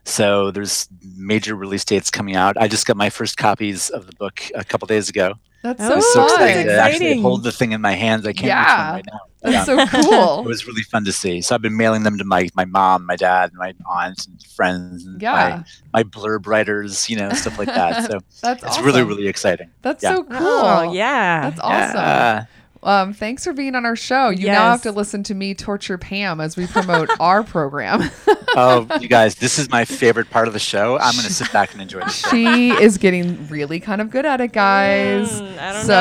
Speaker 4: So there's major release dates coming out. I just got my first copies of the book a couple days ago.
Speaker 1: That's
Speaker 2: Oh,
Speaker 1: so,
Speaker 4: I'm so
Speaker 2: that's
Speaker 1: fun.
Speaker 4: excited to actually
Speaker 2: exciting.
Speaker 4: hold the thing in my hands. I can't
Speaker 1: Yeah.
Speaker 4: reach one right now.
Speaker 1: That's
Speaker 4: Yeah.
Speaker 1: so cool.
Speaker 4: it was really fun to see. So I've been mailing them to my my mom, my dad, my aunt, and friends, and
Speaker 1: Yeah.
Speaker 4: my, my blurb writers, you know, stuff like that. So
Speaker 1: That's
Speaker 4: it's
Speaker 1: awesome.
Speaker 4: really really exciting.
Speaker 1: That's
Speaker 4: yeah.
Speaker 1: so cool.
Speaker 2: Oh, yeah.
Speaker 1: That's awesome.
Speaker 4: Yeah.
Speaker 1: Um, thanks for being on our show. You now have
Speaker 2: Yes.
Speaker 1: to listen to me torture Pam as we promote our program.
Speaker 4: oh, you guys, this is my favorite part of the show. I'm gonna sit back and enjoy the show.
Speaker 1: she is getting really kind of good at it, guys.
Speaker 2: Mm, I don't
Speaker 1: so,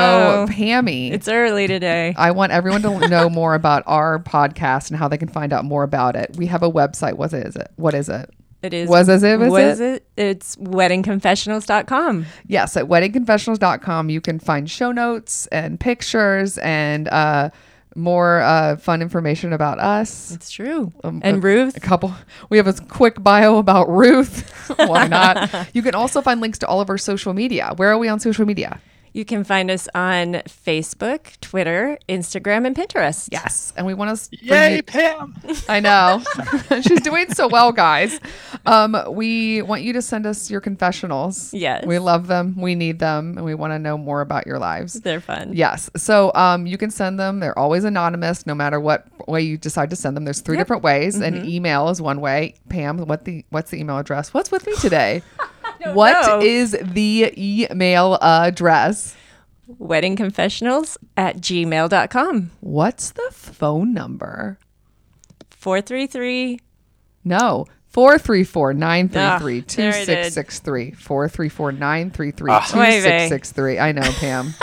Speaker 2: know.
Speaker 1: Pammy,
Speaker 2: It's early today.
Speaker 1: I want everyone to know more about our podcast and how they can find out more about it. We have a website. What is it? What is it?
Speaker 2: It is.
Speaker 1: Was as if, is
Speaker 2: was it? It's weddingconfessionals.com.
Speaker 1: Yes, at weddingconfessionals.com, you can find show notes and pictures and uh, more uh, fun information about us.
Speaker 2: It's true.
Speaker 1: Um,
Speaker 2: and
Speaker 1: uh,
Speaker 2: Ruth.
Speaker 1: a couple we have a quick bio about ruth why not you can also find links to all of our social media where are we on social media
Speaker 2: You can find us on Facebook, Twitter, Instagram, and Pinterest.
Speaker 1: Yes, and we want to.
Speaker 4: Yay, Pam!
Speaker 1: I know. She's doing so well, guys. Um, we want you to send us your confessionals.
Speaker 2: Yes.
Speaker 1: We love them. We need them. And we want to know more about your lives.
Speaker 2: They're fun.
Speaker 1: Yes. So um, you can send them. They're always anonymous, no matter what way you decide to send them. There's three different ways.
Speaker 2: Mm-hmm.
Speaker 1: An email is one way. Pam, what the what's the email address? What's with me today?
Speaker 2: know.
Speaker 1: What is the email address?
Speaker 2: Weddingconfessionals at gmail.com.
Speaker 1: What's the phone number?
Speaker 2: 433.
Speaker 1: No. 434-933-2663. 434-933-2663. I know, Pam.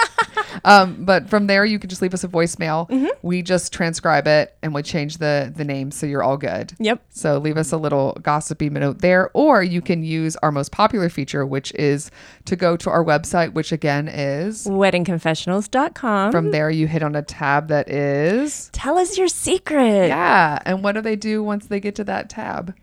Speaker 1: um, but from there you can just leave us a voicemail. We just transcribe it and we change the the name so you're all good.
Speaker 2: Yep.
Speaker 1: So leave us a little gossipy note there, or you can use our most popular feature, which is to go to our website, which again is
Speaker 2: Weddingconfessionals.com.
Speaker 1: from there you hit on a tab that is
Speaker 2: Tell us your secret.
Speaker 1: yeah. And what do they do once they get to that tab?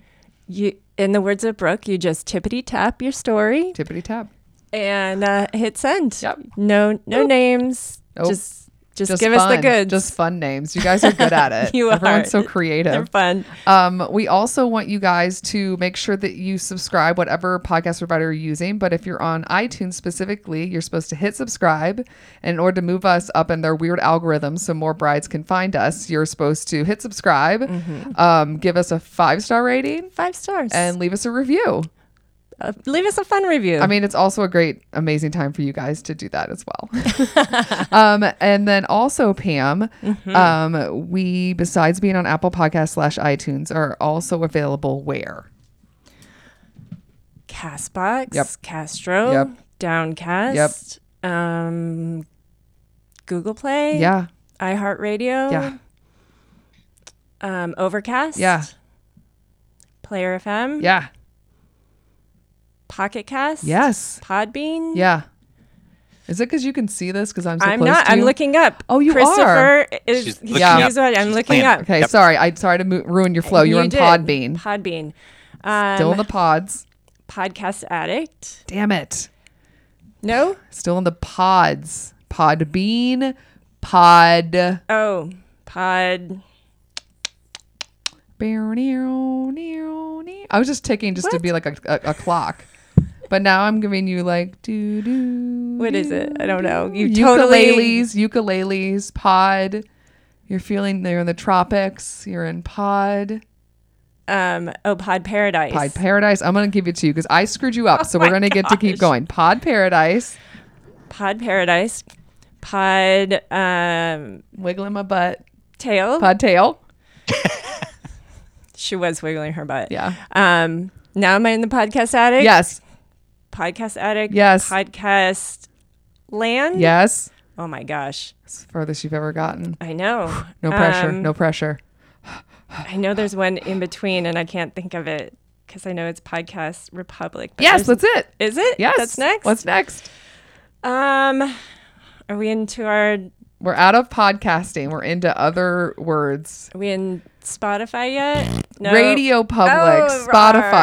Speaker 2: You, in the words of Brooke, you just tippity tap your story
Speaker 1: Tippity tab.
Speaker 2: and uh, hit send.
Speaker 1: Yep.
Speaker 2: No, no names.
Speaker 1: Nope.
Speaker 2: Just, just, give us the
Speaker 1: fun.
Speaker 2: goods.
Speaker 1: Just fun names. You guys are good at it.
Speaker 2: You
Speaker 1: Everyone's so
Speaker 2: are.
Speaker 1: creative.
Speaker 2: They're fun.
Speaker 1: Um, we also want you guys to make sure that you subscribe, whatever podcast provider you're using. But if you're on iTunes specifically, you're supposed to hit subscribe. And in order to move us up in their weird algorithm so more brides can find us, you're supposed to hit subscribe,
Speaker 2: Mm-hmm.
Speaker 1: um, give us a five star rating,
Speaker 2: Five stars.
Speaker 1: and leave us a review.
Speaker 2: uh, leave us a fun review.
Speaker 1: I mean, it's also a great, amazing time for you guys to do that as well. um, and then also, Pam,
Speaker 2: Mm-hmm.
Speaker 1: um, we, besides being on Apple Podcasts slash iTunes, are also available where?
Speaker 2: Castbox,
Speaker 1: Yep.
Speaker 2: Castro,
Speaker 1: Yep.
Speaker 2: Downcast, um, Google Play,
Speaker 1: Yeah.
Speaker 2: iHeartRadio,
Speaker 1: Yeah.
Speaker 2: um, Overcast,
Speaker 1: Yeah.
Speaker 2: Player FM,
Speaker 1: Yeah.
Speaker 2: Pocket Cast,
Speaker 1: Yes.
Speaker 2: Podbean.
Speaker 1: Yeah. Is it because you can see this? Because I'm so
Speaker 2: I'm
Speaker 1: close
Speaker 2: not.
Speaker 1: to
Speaker 2: I'm
Speaker 1: you?
Speaker 2: looking up.
Speaker 1: Oh, you are.
Speaker 2: Christopher Is,
Speaker 4: She's
Speaker 2: he's
Speaker 4: looking
Speaker 1: up.
Speaker 2: he's what- I'm
Speaker 4: She's
Speaker 2: looking
Speaker 4: planning.
Speaker 2: up.
Speaker 1: Okay,
Speaker 4: Yep.
Speaker 1: sorry. I sorry to mo- ruin your flow. You're on
Speaker 2: did.
Speaker 1: Podbean.
Speaker 2: Podbean. Um,
Speaker 1: Still in the pods.
Speaker 2: podcast addict.
Speaker 1: Damn it.
Speaker 2: No.
Speaker 1: Still in the pods. Podbean. Pod.
Speaker 2: Oh, pod.
Speaker 1: I was just ticking just to be like a, a, a clock. But now I'm giving you like doo doo.
Speaker 2: What is it? I don't know. You totally.
Speaker 1: Ukuleles, ukuleles, pod. You're feeling you're in the tropics. You're in pod.
Speaker 2: Um. Oh, pod paradise.
Speaker 1: Pod Paradise. I'm going to give it to you because I screwed you up. so we're going to get to keep
Speaker 2: Oh gosh.
Speaker 1: going. Pod Paradise.
Speaker 2: Pod Paradise, Pod um,
Speaker 1: Wiggling my butt.
Speaker 2: Tail.
Speaker 1: Pod Tail.
Speaker 2: She was wiggling her butt.
Speaker 1: Yeah.
Speaker 2: Um, now am I in the podcast addict?
Speaker 1: Yes.
Speaker 2: Podcast addict.
Speaker 1: Yes.
Speaker 2: Podcast land.
Speaker 1: Yes.
Speaker 2: Oh my gosh,
Speaker 1: It's the furthest you've ever gotten.
Speaker 2: I know.
Speaker 1: No pressure.
Speaker 2: Um,
Speaker 1: no pressure.
Speaker 2: I know there's one in between, and I can't think of it because I know it's Podcast Republic. but
Speaker 1: Yes,
Speaker 2: there's-
Speaker 1: that's it.
Speaker 2: Is it?
Speaker 1: Yes.
Speaker 2: That's next.
Speaker 1: What's next?
Speaker 2: um, are we into our? Are
Speaker 1: We're out of podcasting. We're into other words.
Speaker 2: we in Spotify yet? No.
Speaker 1: Radio Public,
Speaker 2: Oh, rawr. There we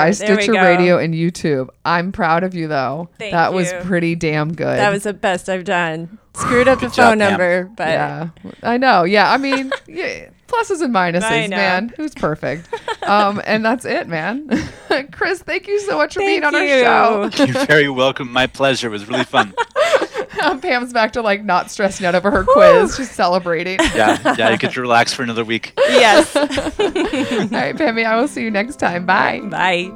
Speaker 1: Spotify, Stitcher
Speaker 2: go.
Speaker 1: Radio, and YouTube. I'm proud of you though.
Speaker 2: Thank
Speaker 1: that was
Speaker 2: you.
Speaker 1: pretty damn good.
Speaker 2: That was the best I've done. Screwed up the
Speaker 4: job,
Speaker 2: phone
Speaker 4: Pam.
Speaker 2: number, but
Speaker 1: yeah, I know. Yeah, I mean, yeah, pluses and
Speaker 2: I
Speaker 1: minuses,
Speaker 2: know.
Speaker 1: man. Who's perfect? Um, and that's it, man. Chris, thank you so much for being
Speaker 2: Thank
Speaker 1: on
Speaker 2: you.
Speaker 1: our show.
Speaker 4: You're very welcome. My pleasure. It was really fun.
Speaker 1: Um, Pam's back to like not stressing out over her quiz. She's celebrating.
Speaker 4: Yeah, yeah. You get to relax for another week.
Speaker 2: yes.
Speaker 1: All right, Pammy, I will see you next time. Bye.
Speaker 2: Bye.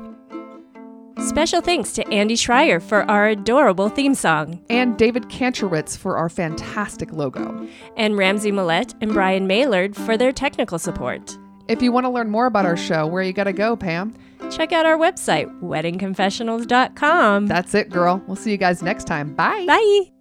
Speaker 2: Special thanks to Andy Schreier for our adorable theme song,
Speaker 1: And David Kantrowitz for our fantastic logo.
Speaker 2: and Ramsey Millette and Brian Maylard for their technical support.
Speaker 1: If you want to learn more about our show, where you got to go, Pam?
Speaker 2: Check out our website, weddingconfessionals.com.
Speaker 1: That's it, girl. We'll see you guys next time. Bye.
Speaker 2: Bye.